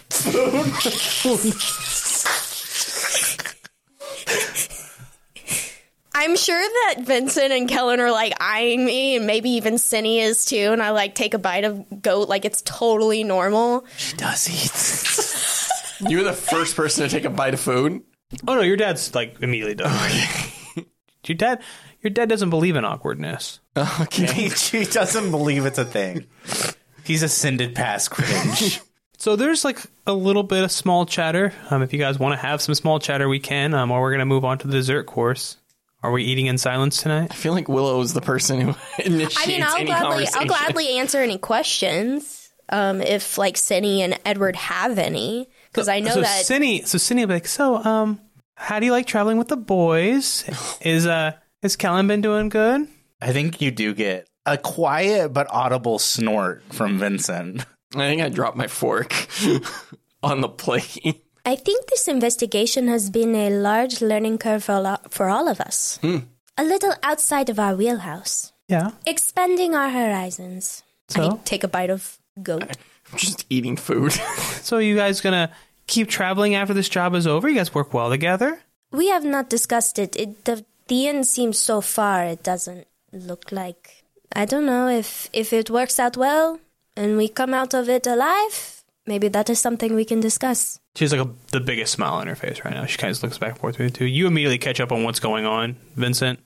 S3: I'm sure that Vincent and Kellen are like eyeing me, and maybe even Cindy is too. And I like take a bite of goat, like it's totally normal.
S2: She does eat. you were the first person to take a bite of food.
S6: oh no, your dad's like immediately done. your dad, your dad doesn't believe in awkwardness.
S2: Oh, Okay.
S1: she doesn't believe it's a thing. He's ascended past cringe.
S4: So there's like a little bit of small chatter. Um, if you guys want to have some small chatter, we can. Um, or we're gonna move on to the dessert course. Are we eating in silence tonight?
S2: I feel like Willow is the person who initiates
S3: I mean, I'll
S2: any
S3: gladly,
S2: conversation.
S3: I'll gladly answer any questions um, if like Cindy and Edward have any, because I know
S4: so
S3: that
S4: Cindy, so Cindy, will be like, so um, how do you like traveling with the boys? Is uh, has Kellen been doing good?
S1: I think you do get a quiet but audible snort from Vincent.
S2: I think I dropped my fork on the plate.
S5: I think this investigation has been a large learning curve for, lo- for all of us. A little outside of our wheelhouse,
S4: Yeah.
S5: expanding our horizons.
S3: I
S4: So
S3: take a bite of goat.
S2: I'm just eating food.
S4: so you guys gonna keep traveling after this job is over? You guys work well together.
S5: We have not discussed it. it the, the end seems so far, it doesn't look like. I don't know if, if it works out well and we come out of it alive. Maybe that is something we can discuss.
S4: She's like a, the biggest smile on her face right now. She kind of looks back and forth between the two. You immediately catch up on what's going on, Vincent.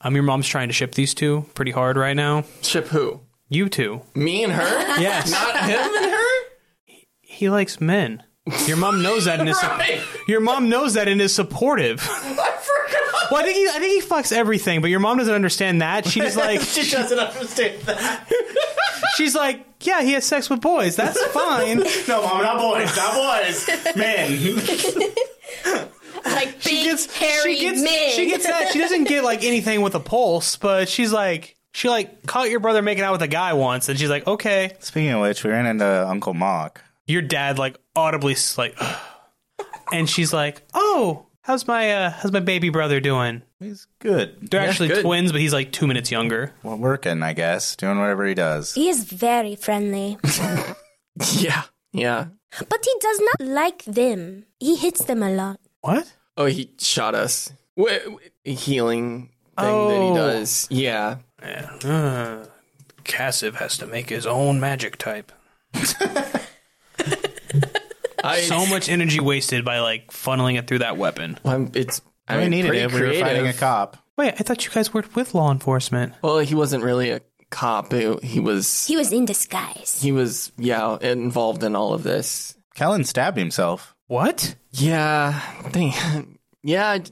S4: Um, your mom's trying to ship these two pretty hard right now.
S2: Chip who?
S4: You two.
S2: Me and her?
S4: Yes.
S2: Not him and her?
S4: He likes men.
S6: Your mom knows that and is
S2: Right.
S6: your mom knows that and is supportive. Well, I think he, I think he fucks everything, but your mom doesn't understand that. She's like,
S4: she doesn't understand that.
S6: she's like, yeah, he has sex with boys. That's fine.
S1: No, mom, not boys, not boys, men.
S10: Like big hairy
S6: she gets,
S10: men.
S6: she gets that. She doesn't get like anything with a pulse, but she's like, she like caught your brother making out with a guy once, and she's like, okay,
S1: Speaking of which, we ran into Uncle Mock.
S6: your dad like audibly s- like, and she's like, oh, how's my uh, how's my baby brother doing?
S1: He's good.
S6: They're actually
S2: good.
S6: twins, but he's like two minutes younger.
S1: Well, working, I guess, doing whatever he does.
S3: He is very friendly,
S2: Yeah. Yeah.
S3: but he does not like them. He hits them a lot.
S6: What?
S2: Oh, he shot us. Wh- wh- healing thing that he
S6: Oh.
S2: does. Yeah.
S4: Uh, Cassiv has to make his own magic type.
S2: I,
S6: So much energy wasted by like funneling it through that weapon.
S2: I'm, it's. I
S1: We
S2: mean,
S1: needed
S2: pretty
S1: it. We were fighting a
S2: creative.
S1: cop.
S6: Wait, I thought you guys worked with law enforcement.
S2: Well, he wasn't really a cop. It- he was.
S3: He was in disguise.
S2: He was. Yeah, involved in all of this.
S1: Kellen stabbed himself.
S6: What?
S2: Yeah. They, yeah. I-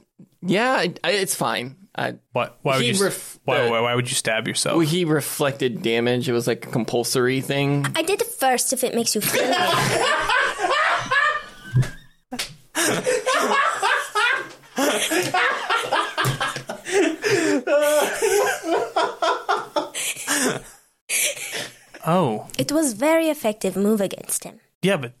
S2: Yeah. I, I- it's fine. I,
S6: What? Why would
S2: He
S6: you? s-
S2: ref-
S6: why,
S2: uh,
S6: why, why would you stab yourself?
S2: well, he reflected damage. It was like a compulsory thing.
S3: I did it first if it makes you feel good.
S6: oh,
S3: It was very effective move against him.
S6: yeah, but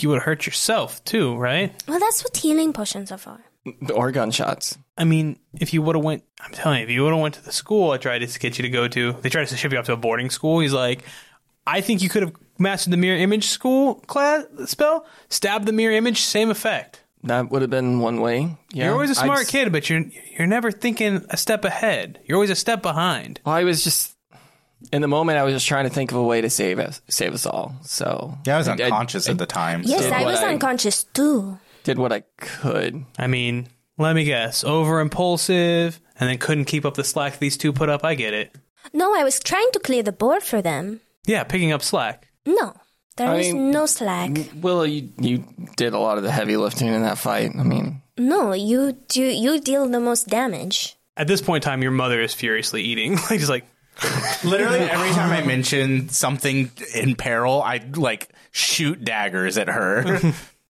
S6: you would hurt yourself too, right?
S3: Well, that's what healing potions are for.
S2: The Oregon shots.
S6: I mean, if you would have went, I'm telling you, if you would have went to the school I tried to get you to go to, they tried to ship you off to a boarding school. He's like, I think you could have mastered the mirror image school class spell, stab the mirror image, same effect.
S2: That would have been one way. Yeah.
S6: You're always a
S2: I'd
S6: smart
S2: s-
S6: kid, but you're you're never thinking a step ahead. You're always a step behind.
S2: Well, I was just in the moment. I was just trying to think of a way to save us, save us all. So
S1: Yeah, I was
S2: I-
S1: unconscious at the time.
S3: Yes,
S2: Did
S3: I
S2: what
S3: was
S2: I-
S3: unconscious too.
S2: did what I could.
S6: I mean, let me guess, over impulsive, and then couldn't keep up the slack these two put up. I get it.
S3: No, I was trying to clear the board for them.
S6: Yeah, picking up slack.
S3: No, there
S2: I
S3: was
S2: mean-
S3: no slack.
S2: Well, you you did a lot of the heavy lifting in that fight. I mean,
S3: No, you do. You deal the most damage.
S6: At this point in time, your mother is furiously eating. Like, just like,
S1: Literally every time I mention something in peril, I like shoot daggers at her.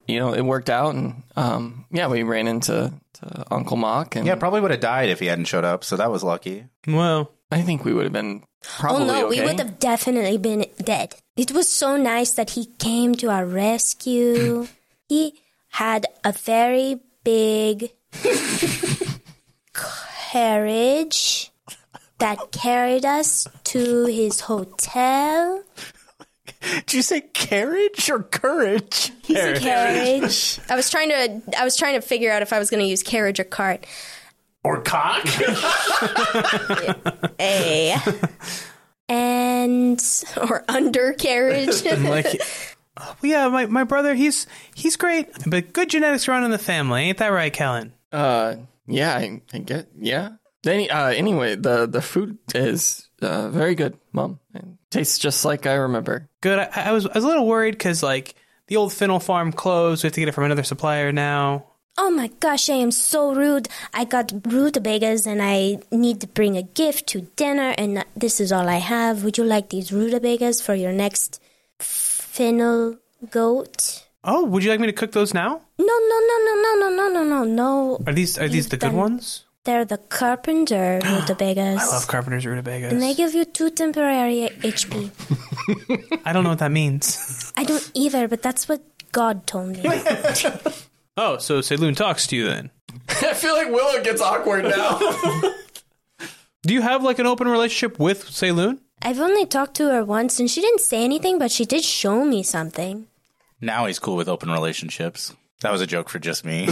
S2: you know, it worked out, and um, yeah, we ran into to Uncle Mock, and
S1: yeah, probably would have died if he hadn't showed up, so that was lucky.
S6: well,
S2: I think we would have been probably
S3: oh no,
S2: okay.
S3: we would have definitely been dead. It was so nice that he came to our rescue. he had a very big carriage that carried us to his hotel.
S1: Did you say carriage or courage?
S3: Carriage. carriage.
S10: I was trying to I was trying to figure out if I was going to use carriage or cart.
S1: Or cock?
S10: A
S3: And
S10: or undercarriage.
S6: like "Oh, yeah my, my brother he's he's great but good genetics run in the family ain't that right kellen
S2: Uh, yeah, I, I get yeah. Any, uh, anyway, the the food is uh, very good, Mom. It tastes just like I remember.
S6: good i, I was i was a little worried because like the old fennel farm closed we have to get it from another supplier now
S3: oh my gosh, I am so rude. I got rutabagas and I need to bring a gift to dinner, and this is all I have. Would you like these rutabagas for your next fennel goat?
S6: oh would you like me to cook those now
S3: No, no, no, no, no, no, no, no, no, no.
S6: are these are these the good
S3: Done.
S6: ones
S3: They're the carpenter rutabagas.
S6: i love carpenter's rutabagas
S3: and they give you two temporary HP.
S6: i don't know what that means
S3: I don't either, but that's what God told me.
S6: oh so Saloon talks to you then
S2: I feel like Willow gets awkward now.
S6: do you have like an open relationship with Saloon?
S3: I've only talked to her once, and she didn't say anything, but she did show me something.
S1: Now he's cool with open relationships. That was a joke for just me.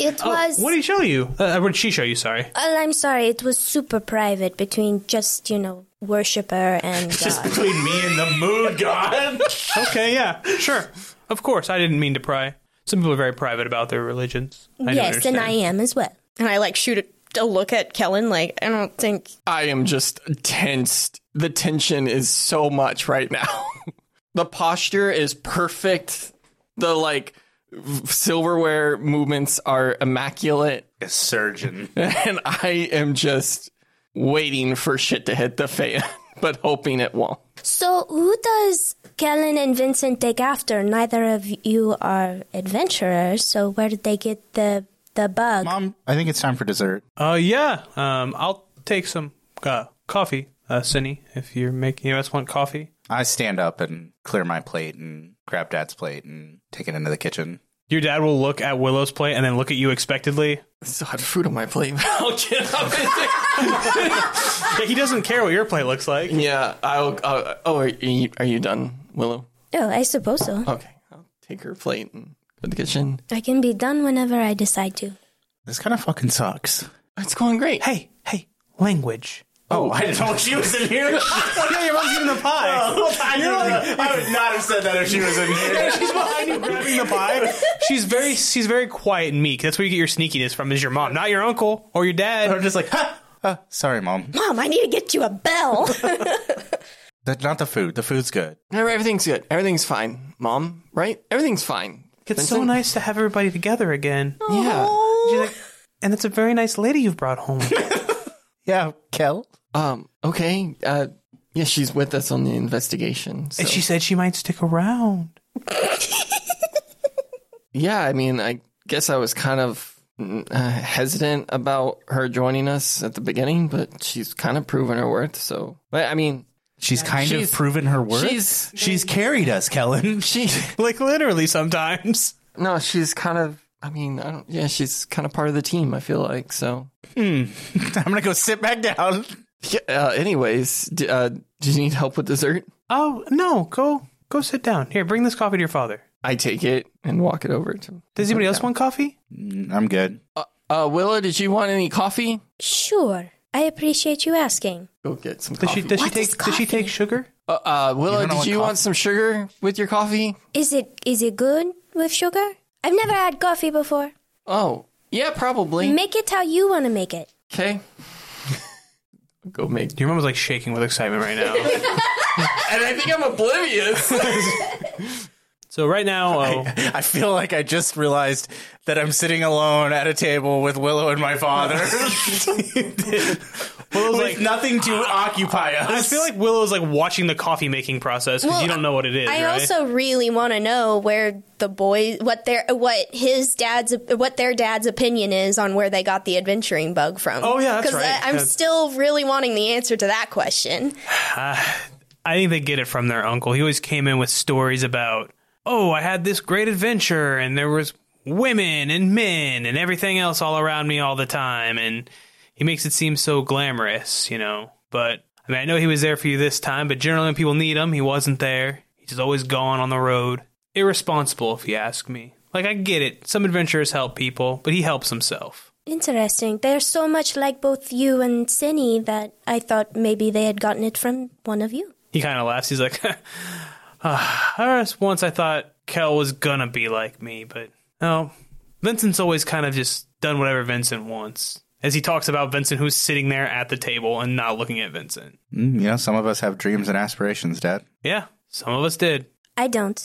S3: It
S6: Oh,
S3: was.
S6: What did he show you? Uh, what did she show you? Sorry.
S3: Oh, I'm sorry. It was super private between just you know worshiper and uh, God.
S1: Between me and the mood god.
S6: Okay, yeah, sure. Of course, I didn't mean to pry. Some people are very private about their religions. I do
S3: yes, and I
S6: understand.
S3: am as well.
S10: and I like shoot a, a look at Kellen like I don't think
S2: I am just tensed. The tension is so much right now. The posture is perfect. The like v- silverware movements are immaculate.
S1: A surgeon.
S2: And I am just waiting for shit to hit the fan, but hoping it won't.
S3: So, who does Kellen and Vincent take after? Neither of you are adventurers, so where did they get the the bug?
S1: Mom, I think it's time for dessert.
S4: Uh, yeah. Um, I'll take some uh, coffee, uh, Cindy, if you're making you guys want coffee.
S1: I stand up and clear my plate and grab dad's plate and take it into the kitchen.
S4: Your dad will look at Willow's plate and then look at you expectantly.
S2: Still have food on my plate. I'll get up and
S4: Yeah, he doesn't care what your plate looks like.
S2: Yeah, I'll. Uh, oh, are you, are you done, Willow?
S3: oh, I suppose so.
S2: Okay, I'll take her plate and go to the kitchen.
S3: I can be done whenever I decide to.
S1: This kind of fucking sucks.
S2: It's going great.
S4: Hey, hey, language.
S1: Oh, I didn't know she was in here.
S4: yeah, your mom's eating the pie.
S1: You're like, I would not have said that if she was in here.
S4: She's behind you grabbing the pie. She's very she's very quiet and meek. That's where you get your sneakiness from is your mom, not your uncle or your dad.
S1: I'm just like, ha! Uh, sorry, mom.
S11: Mom, I need to get you a bell.
S1: That, not the food. The food's good.
S2: Everything's good. Everything's fine, Mom. Right? Everything's fine.
S4: It's so
S2: Vincent?
S4: nice to have everybody together again.
S2: Yeah.
S4: She's like, and it's a very nice lady you've brought home.
S1: Yeah, Kel.
S2: Um. Okay. Uh. Yeah, she's with us on the investigation. So.
S4: And she said she might stick around.
S2: yeah, I mean, I guess I was kind of mm, uh, hesitant about her joining us at the beginning, but she's kind of proven her worth. So, but I mean,
S1: She's kind
S2: She's-
S1: of proven her worth.
S2: she's
S1: she's carried us, Kellen.
S2: she.
S4: Like literally sometimes.
S2: No, she's kind of. I mean, I don't. Yeah, she's kind of part of the team. I feel like so.
S1: I'm gonna go sit back down.
S2: Yeah. Uh, anyways, d- uh, do you need help with dessert?
S4: Oh no, go go sit down. Here, bring this coffee to your father.
S2: I take it and walk it over to.
S4: Does anybody else want coffee?
S1: I'm good.
S2: Uh, Willa, did you want any coffee?
S3: Sure. I appreciate you asking.
S2: Go get some
S4: Does she
S2: coffee.
S4: does she
S3: What is
S4: take does she take sugar?
S2: uh, uh, Willa,
S1: don't know
S2: did
S1: what
S2: you want
S1: coffee-
S2: some sugar with your coffee?
S3: Is it is it good with sugar? I've never had coffee before.
S2: Oh, yeah, probably.
S3: Make it how you want to make it.
S2: Okay. Go make.
S4: Your mom was like shaking with excitement right now.
S2: And I think I'm oblivious.
S4: so right now, uh,
S6: um,
S1: I feel like I just realized that I'm sitting alone at a table with Willow and my father.
S4: Willow's
S1: with
S4: like
S1: nothing to occupy us.
S4: I feel like Willow's like watching the coffee making process because
S11: Well,
S4: you don't know what it is,
S11: I
S4: right?
S11: also really want to know where the boys, what their, what his dad's, what their dad's opinion is on where they got the adventuring bug from.
S4: Oh, yeah, that's
S11: because
S4: right.
S11: I'm
S4: That's-
S11: still really wanting the answer to that question.
S4: I think they get it from their uncle. He always came in with stories about, oh, I had this great adventure and there was women and men and everything else all around me all the time. And he makes it seem so glamorous, you know. But I mean, I know he was there for you this time, but generally when people need him, he wasn't there. He's just always gone on the road. Irresponsible, if you ask me. Like, I get it. Some adventurers help people, but he helps himself.
S3: Interesting. They're so much like both you and Cinny that I thought maybe they had gotten it from one of you.
S4: He kind of laughs. He's like, "Ah, once I thought Kel was gonna be like me, but no. Vincent's always kind of just done whatever Vincent wants. As he talks about Vincent, who's sitting there at the table and not looking at Vincent.
S1: Mm, you know, some of us have dreams and aspirations, Dad.
S4: Yeah, some of us did.
S3: I don't.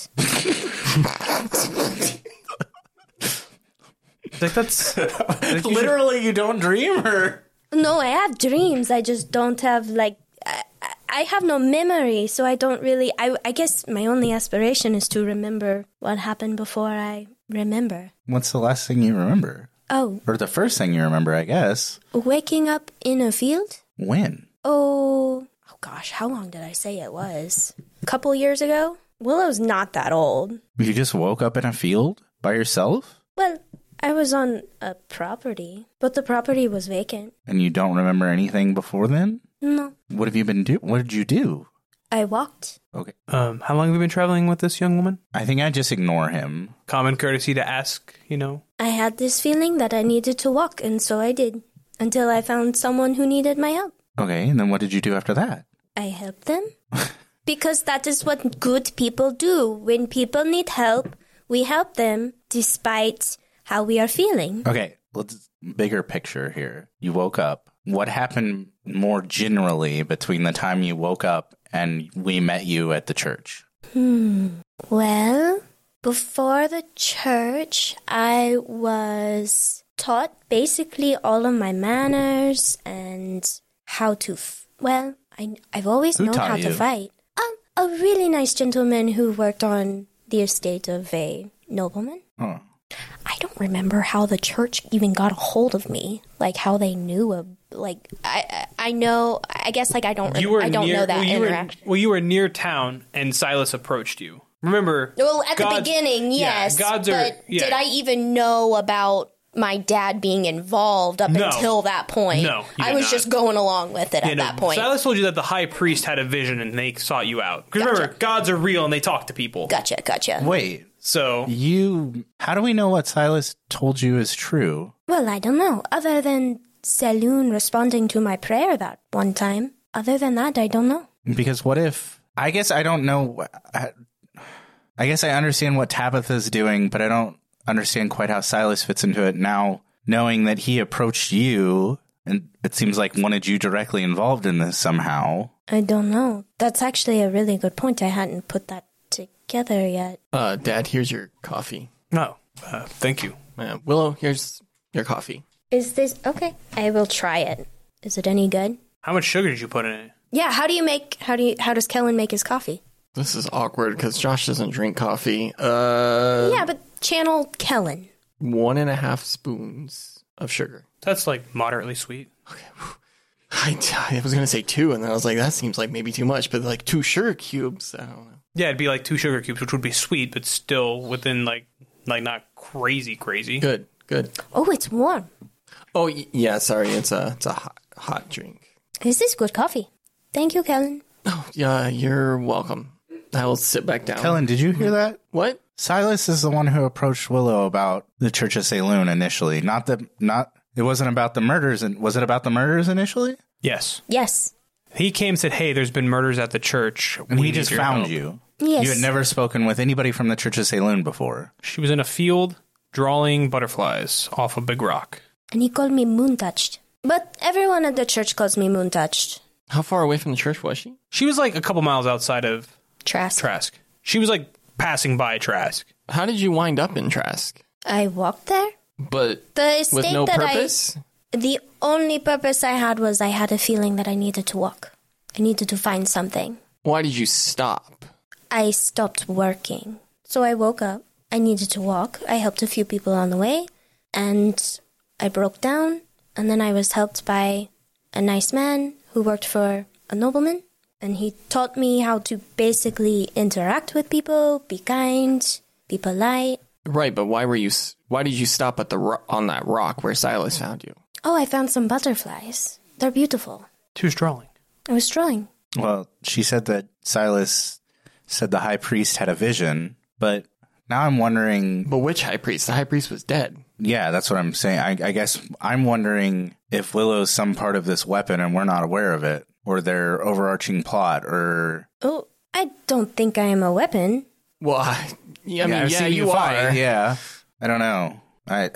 S4: He's like that's
S1: Literally, you don't dream or
S3: No, I have dreams. I just don't have like I, I- I have no memory, so I don't really. I I guess my only aspiration is to remember what happened before I remember.
S1: What's the last thing you remember?
S3: Oh,
S1: Or the first thing you remember, I guess.
S3: waking up in a field.
S1: When?
S3: Oh, oh gosh, how long did I say it was? A couple years ago.
S11: Willow's not that old.
S1: You just woke up in a field by yourself
S3: Well, I was on a property, but the property was vacant.
S1: and you don't remember anything before then?
S3: No,
S1: What have you been do? What did you do?
S3: I walked.
S1: Okay.
S4: um, how long have you been traveling with this young woman?
S1: I think I just ignore him.
S4: Common courtesy to ask, you know.
S3: I had this feeling that I needed to walk, and so I did. Until I found someone who needed my help.
S1: Okay, and then what did you do after that?
S3: I help them. because that is what good people do. When people need help, we help them despite how we are feeling.
S1: Okay, let's bigger picture here. You woke up. What happened more generally between the time you woke up and we met you at the church?
S3: Well,
S12: Before the church, I was taught basically all of my manners and how to. F- well, I, I've always
S1: Who
S12: known
S1: taught
S12: how to
S1: you?
S12: fight. Um, a really nice gentleman who worked on the estate of a nobleman.
S1: Huh.
S12: I don't remember how the church even got a hold of me, like how they knew of. Like I, I I know. I guess like I don't.
S4: You
S12: rem-
S4: were
S12: I don't
S4: near,
S12: know that
S4: well, you were,
S12: interaction.
S4: well, you were near town, and Silas approached you. Remember?
S12: Well, at the
S4: God's-
S12: beginning,
S4: yeah,
S12: yes.
S4: gods are-
S12: but
S4: yeah.
S12: did I even know about my dad being involved up
S4: No.
S12: until that point?
S4: No, you
S12: I
S4: did
S12: was
S4: not.
S12: just going along with it
S4: Yeah,
S12: at
S4: no,
S12: that point.
S4: um, Silas told you that the high priest had a vision and they sought you out. Because remember,
S12: Gotcha.
S4: gods are real and they talk to people.
S12: gotcha, gotcha.
S1: Wait,
S4: So
S1: you. How do we know what Silas told you is true?
S3: well, I don't know. Other than Saloon responding to my prayer that one time, other than that, I don't know.
S1: Because what if? I guess I don't know. wh- I, I guess I understand what Tabitha's doing, but I don't understand quite how Silas fits into it now. Knowing that he approached you, and it seems like wanted you directly involved in this somehow.
S3: I don't know. That's actually a really good point. I hadn't put that together yet.
S2: Uh, Dad, here's your coffee.
S4: no, uh, thank you.
S2: Uh, Willow, here's your coffee.
S3: Is this okay?
S12: I will try it.
S3: Is it any good?
S4: How much sugar did you put in it?
S3: Yeah. How do you make? How do you? How does Kellen make his coffee?
S2: This is awkward because Josh doesn't drink coffee. Uh,
S3: Yeah, but channel Kellen.
S2: one and a half spoons of sugar.
S4: That's like moderately sweet.
S2: I, I was gonna say two, and then I was like, that seems like maybe too much. But like two sugar cubes, I don't know.
S4: Yeah, it'd be like two sugar cubes, which would be sweet, but still within like like not crazy crazy.
S2: Good, good.
S3: Oh, it's warm.
S2: Oh y- yeah, sorry, it's a it's a hot, hot drink.
S3: This is good coffee. Thank you, Kellen.
S2: Oh yeah, you're welcome. I will sit back down.
S1: Helen, did you hear that?
S2: what?
S1: Silas is the one who approached Willow about the Church of Saloon initially. Not the not it wasn't about the murders and was it about the murders initially?
S4: Yes,
S3: Yes.
S4: he came and said, "Hey, there's been murders at the church."
S1: And
S4: We
S1: he just
S4: need your
S1: found
S4: help."
S1: you.
S3: Yes.
S1: You had never spoken with anybody from the Church of Saloon before.
S4: She was in a field drawing butterflies off a big rock.
S3: And he called me moon touched. But everyone at the church calls me moon touched.
S2: How far away from the church was she?
S4: She was like a couple miles outside of
S3: Trask.
S4: Trask. She was like passing by Trask.
S2: How did you wind up in Trask?
S3: I walked there.
S2: But
S3: The
S2: with
S3: estate
S2: no
S3: that
S2: purpose.
S3: I. The only purpose I had was I had a feeling that I needed to walk. I needed to find something.
S2: Why did you stop?
S3: I stopped working. So I woke up. I needed to walk. I helped a few people on the way. And I broke down. And then I was helped by a nice man who worked for a nobleman. And he taught me how to basically interact with people, be kind, be polite.
S2: Right, but why were you? s- Why did you stop at the ro- on that rock where Silas found you?
S3: Oh, I found some butterflies. They're beautiful.
S4: She was drawing.
S3: I was drawing.
S1: Well, she said that Silas said the high priest had a vision, but now I'm wondering
S2: But which high priest? The high priest was dead.
S1: yeah, that's what I'm saying. I, I guess I'm wondering if Willow's some part of this weapon and we're not aware of it, or their overarching plot, or
S3: Oh, I don't think I am a weapon.
S2: Well, I, yeah, I mean,
S1: I've
S2: yeah,
S1: seen
S2: you,
S1: fight,
S2: are.
S1: Yeah, I don't know. I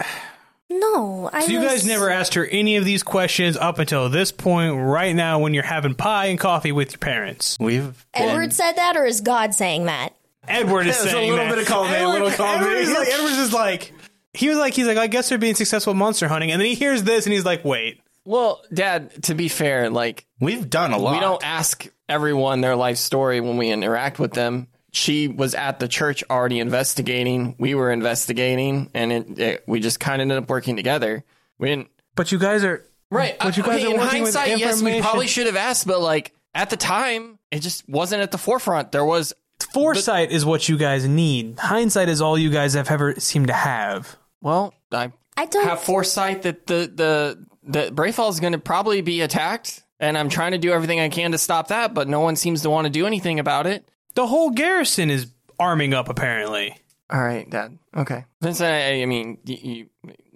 S3: No, I
S4: So you
S3: was-
S4: guys never asked her any of these questions up until this point right now when you're having pie and coffee with your parents.
S1: we've
S12: Edward said that, or is God saying that?
S4: Edward is
S1: There's a
S4: saying
S1: little
S4: that.
S1: bit of column A,
S4: Edward,
S1: little column
S4: Edward
S1: B.
S4: is like, Edward's just like he was like he's like I guess they're being successful at monster hunting and then he hears this and he's like wait
S2: Well, Dad, to be fair, like
S1: we've done a lot.
S2: we don't ask everyone their life story when we interact with them. She was at the church already investigating. We were investigating, and it, it, we just kind of ended up working together. We didn't.
S6: But you guys are
S2: Right.
S6: But you
S2: I-
S6: guys
S2: okay,
S6: are
S2: in
S6: working with
S2: hindsight, yes, we
S6: information.
S2: probably should have asked, but like at the time, it just wasn't at the forefront. There was
S6: foresight is what you guys need. Hindsight is all you guys have ever seemed to have.
S2: well, I
S3: I don't
S2: have foresight that the the the Brayfall is going to probably be attacked, and I'm trying to do everything I can to stop that, but no one seems to want to do anything about it.
S4: the whole garrison is arming up apparently.
S2: All right, Dad. Okay, Vincent. I, I mean, y you,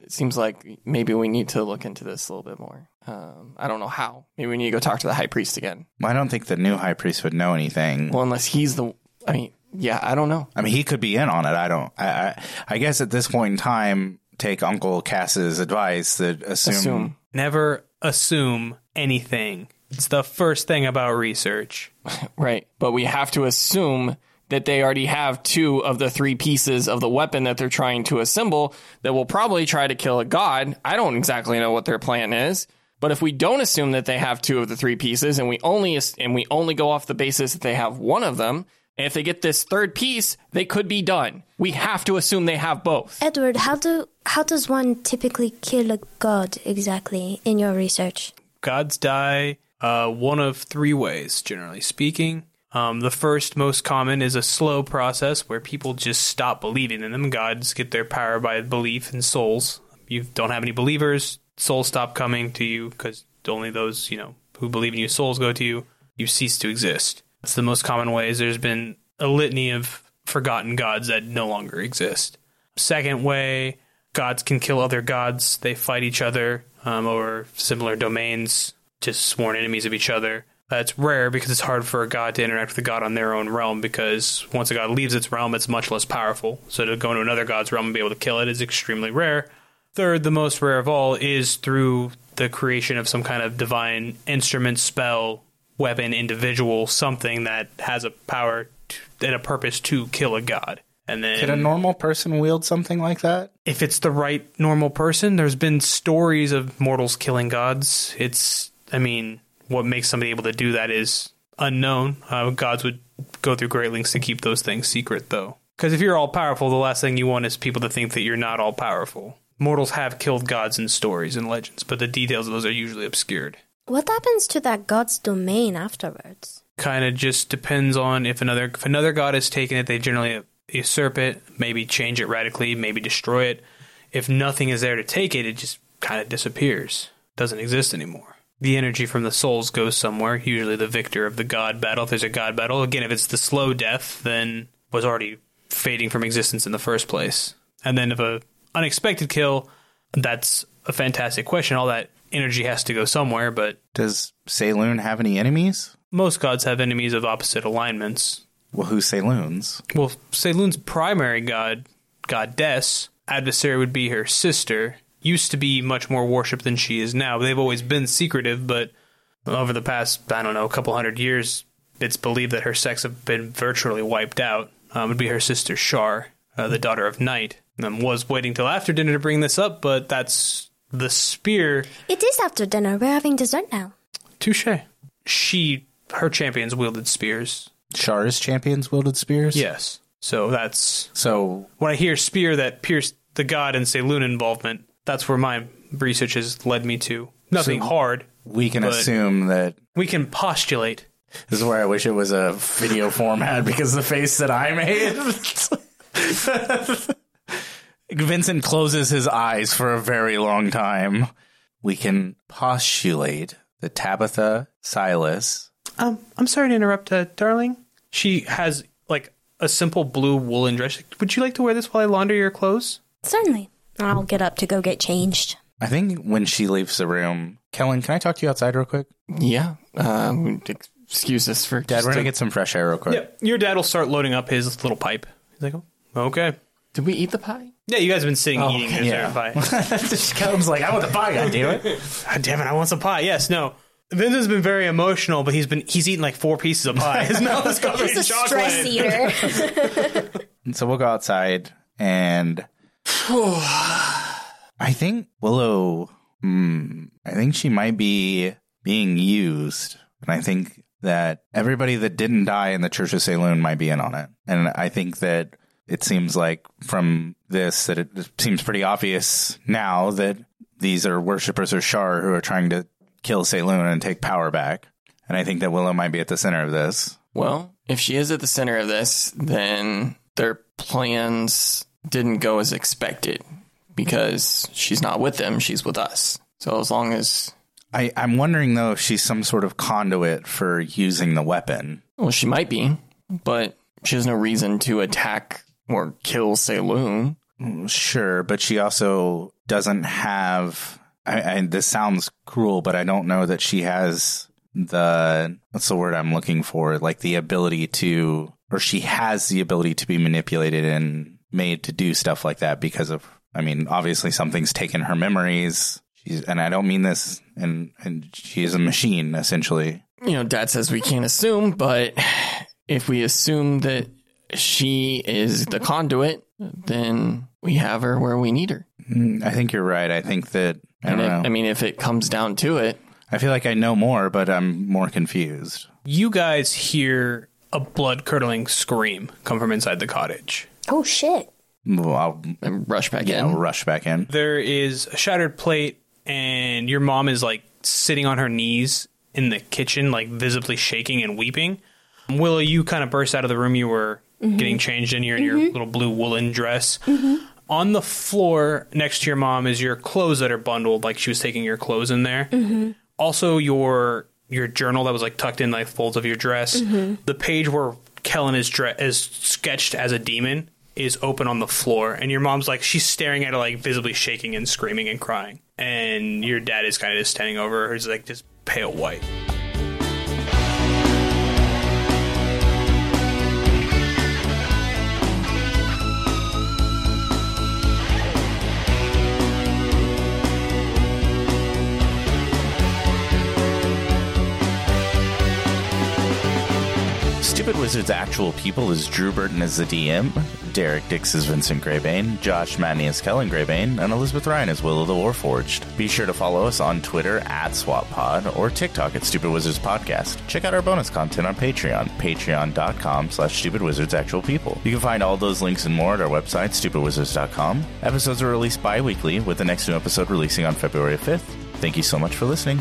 S2: it seems like maybe we need to look into this a little bit more. Um, I don't know how. Maybe we need to go talk to the High Priest again.
S1: I don't think the new high priest would know anything.
S2: Well, unless he's the. I mean, yeah, I don't know.
S1: I mean, he could be in on it. I don't. I, I, I guess at this point in time, take Uncle Cass's advice that assume,
S2: Assume.
S4: Never assume anything. It's the first thing about research.
S2: Right, but we have to assume that they already have two of the three pieces of the weapon that they're trying to assemble that will probably try to kill a god. I don't exactly know what their plan is. But if we don't assume that they have two of the three pieces and we only and we only go off the basis that they have one of them, and if they get this third piece, they could be done. We have to assume they have both.
S3: Edward, how do how does one typically kill a god exactly in your research?
S4: gods die uh, one of three ways, generally speaking. Um, the first, most common, is a slow process where people just stop believing in them. Gods get their power by belief in souls. You don't have any believers, souls stop coming to you because only those you know who believe in you souls go to you. You cease to exist. That's the most common ways. There's been a litany of forgotten gods that no longer exist. Second way, gods can kill other gods. They fight each other um, over similar domains, just sworn enemies of each other. That's rare because it's hard for a god to interact with a god on their own realm because once a god leaves its realm, it's much less powerful. So to go into another god's realm and be able to kill it is extremely rare. Third, the most rare of all, is through the creation of some kind of divine instrument, spell, weapon, individual, something that has a power to, and a purpose to kill a god. And then
S1: Could a normal person wield something like that?
S4: if it's the right normal person, there's been stories of mortals killing gods. It's, I mean, what makes somebody able to do that is unknown. Uh, gods would go through great lengths to keep those things secret, though. Because if you're all powerful, the last thing you want is people to think that you're not all powerful. Mortals have killed gods in stories and legends, but the details of those are usually obscured.
S3: What happens to that god's domain afterwards?
S4: Kind of just depends on if another if another god has taken it, they generally usurp it, maybe change it radically, maybe destroy it. If nothing is there to take it, it just kind of disappears, doesn't exist anymore. The energy from the souls goes somewhere, usually the victor of the god battle. If there's a god battle, again, if it's the slow death, then was already fading from existence in the first place. And then if a unexpected kill, that's a fantastic question. All that energy has to go somewhere, but
S1: Does Saloon have any enemies?
S4: most gods have enemies of opposite alignments.
S1: Well, who's Saloon's?
S4: Well, Saloon's primary god, goddess, adversary would be her sister. Used to be much more worshipped than she is now. They've always been secretive, but over the past, I don't know, a couple hundred years, it's believed that her sex have been virtually wiped out. Um, it would be her sister Shar, uh, the daughter of Night. Um, was waiting till after dinner to bring this up, but that's the spear.
S3: It is after dinner. We're having dessert now.
S4: Touche. She, her champions wielded spears.
S1: Char's champions wielded spears?
S4: Yes. So that's
S1: So
S4: when I hear spear that pierced the god and Saloon involvement, that's where my research has led me to. Nothing
S1: So-
S4: hard.
S1: we can
S4: But-
S1: assume that
S4: We can postulate.
S1: this is where I wish it was a video format because the face that I made. Vincent closes his eyes for a very long time. We can postulate that Tabitha Silas
S4: Um, I'm sorry to interrupt, uh, darling. She has like a simple blue woolen dress. Would you like to wear this while I launder your clothes?
S3: Certainly. I'll get up to go get changed.
S1: I think when she leaves the room, Kellen, can I talk to you outside real quick?
S2: Yeah. Um, excuse us for
S1: Dad,
S2: just
S1: we're
S2: a-
S1: gonna get some fresh air real quick.
S4: Yeah. Your dad will start loading up his little pipe. He's like, oh, okay. Oh,
S2: Did we eat the pie?
S4: Yeah, you guys have been sitting eating.
S2: okay.
S4: Okay,
S1: Yeah.
S4: pie.
S1: Kellen's like, I want the pie, God damn it.
S4: God damn it, I want some pie. Yes, no. Vincent's been very emotional, but he's been he's eaten like four pieces of pie. His mouth is covered in
S11: It's a stress
S4: chocolate.
S11: eater.
S1: So we'll go outside and I think Willow hmm, I think she might be being used. And I think that everybody that didn't die in the Church of Saloon might be in on it. And I think that it seems like from this that it seems pretty obvious now that these are worshippers of Shar who are trying to kill Saloon and take power back. And I think that Willow might be at the center of this.
S2: Well, if she is at the center of this, then their plans didn't go as expected because she's not with them, she's with us. So as long as
S1: I, I'm wondering though if she's some sort of conduit for using the weapon.
S2: well, she might be, but she has no reason to attack or kill Saloon.
S1: Sure, but she also doesn't have. I, I, this sounds cruel, but I don't know that she has the what's the word I'm looking for, like the ability to, or she has the ability to be manipulated and made to do stuff like that because of. I mean, obviously something's taken her memories. She's, and I don't mean this, and and she is a machine essentially.
S2: You know, Dad says we can't assume, but if we assume that she is the conduit, then we have her where we need her.
S1: I think you're right. I think that I don't
S2: And
S1: know.
S2: if- I mean, if it comes down to it,
S1: I feel like I know more, but I'm more confused.
S4: You guys hear a blood curdling scream come from inside the cottage.
S11: Oh shit.
S1: Well, I'll,
S2: then rush back
S1: I'll
S2: in.
S1: rush back in.
S4: There is a shattered plate, and your mom is like sitting on her knees in the kitchen, like visibly shaking and weeping. Willow, you kind of burst out of the room you were getting changed in here in your little blue woolen dress. On the floor next to your mom is your clothes that are bundled, like she was taking your clothes in there. Also, your your journal that was like tucked in like folds of your dress. The page where Kellen is dre- is sketched as a demon is open on the floor, and your mom's like she's staring at it, like visibly shaking and screaming and crying. And your dad is kind of just standing over her, he's like just pale white.
S1: Stupid Wizards Actual People is Drew Burton as the DM, Derek Dix is Vincent Greybane, Josh Madney is Kellen Greybane, and Elizabeth Ryan is Willow the Warforged. Be sure to follow us on Twitter at SwapPod or TikTok at Stupid Wizards Podcast. Check out our bonus content on Patreon, patreon.com slash Stupid Wizards Actual People. You can find all those links and more at our website, stupidwizards.com. Episodes are released bi-weekly, with the next new episode releasing on February 5th. Thank you so much for listening.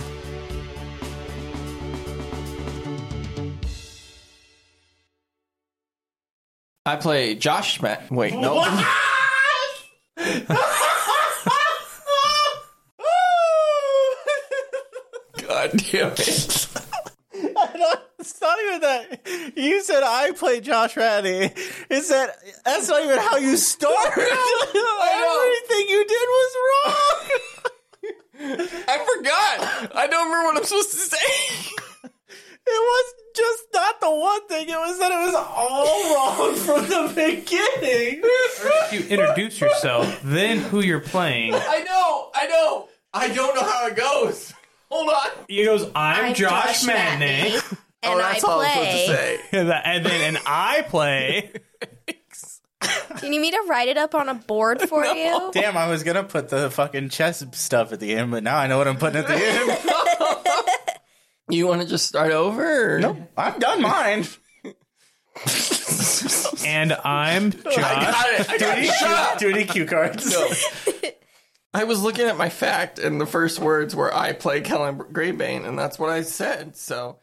S2: I play Josh. Ma- Wait, no. God damn it!
S13: It's not even that you said I play Josh Ratty. It's that that's not even how you started. Everything you did was wrong.
S2: I forgot. I don't remember what I'm supposed to say.
S13: It was just not the one thing. It was that it was all wrong from the beginning.
S14: You introduce yourself, then who you're playing.
S2: I know. I know. I don't know how it goes. Hold on.
S14: He goes, I'm, Josh, Madney.
S11: And I
S2: Oh, that's all I'm supposed to
S11: play.
S2: say.
S14: and then and I play.
S11: Do you need me to write it up on a board for you?
S1: Damn, I was gonna put the fucking chess stuff at the end, but now I know what I'm putting at the end.
S2: You want to just start over? Nope.
S1: I've done mine.
S14: And I'm
S2: I
S14: Josh.
S2: got it. I got it. Shut up.
S1: Do any cue cards?
S2: I was looking at my fact, and the first words were "I play Kellen Greybane," and that's what I said. So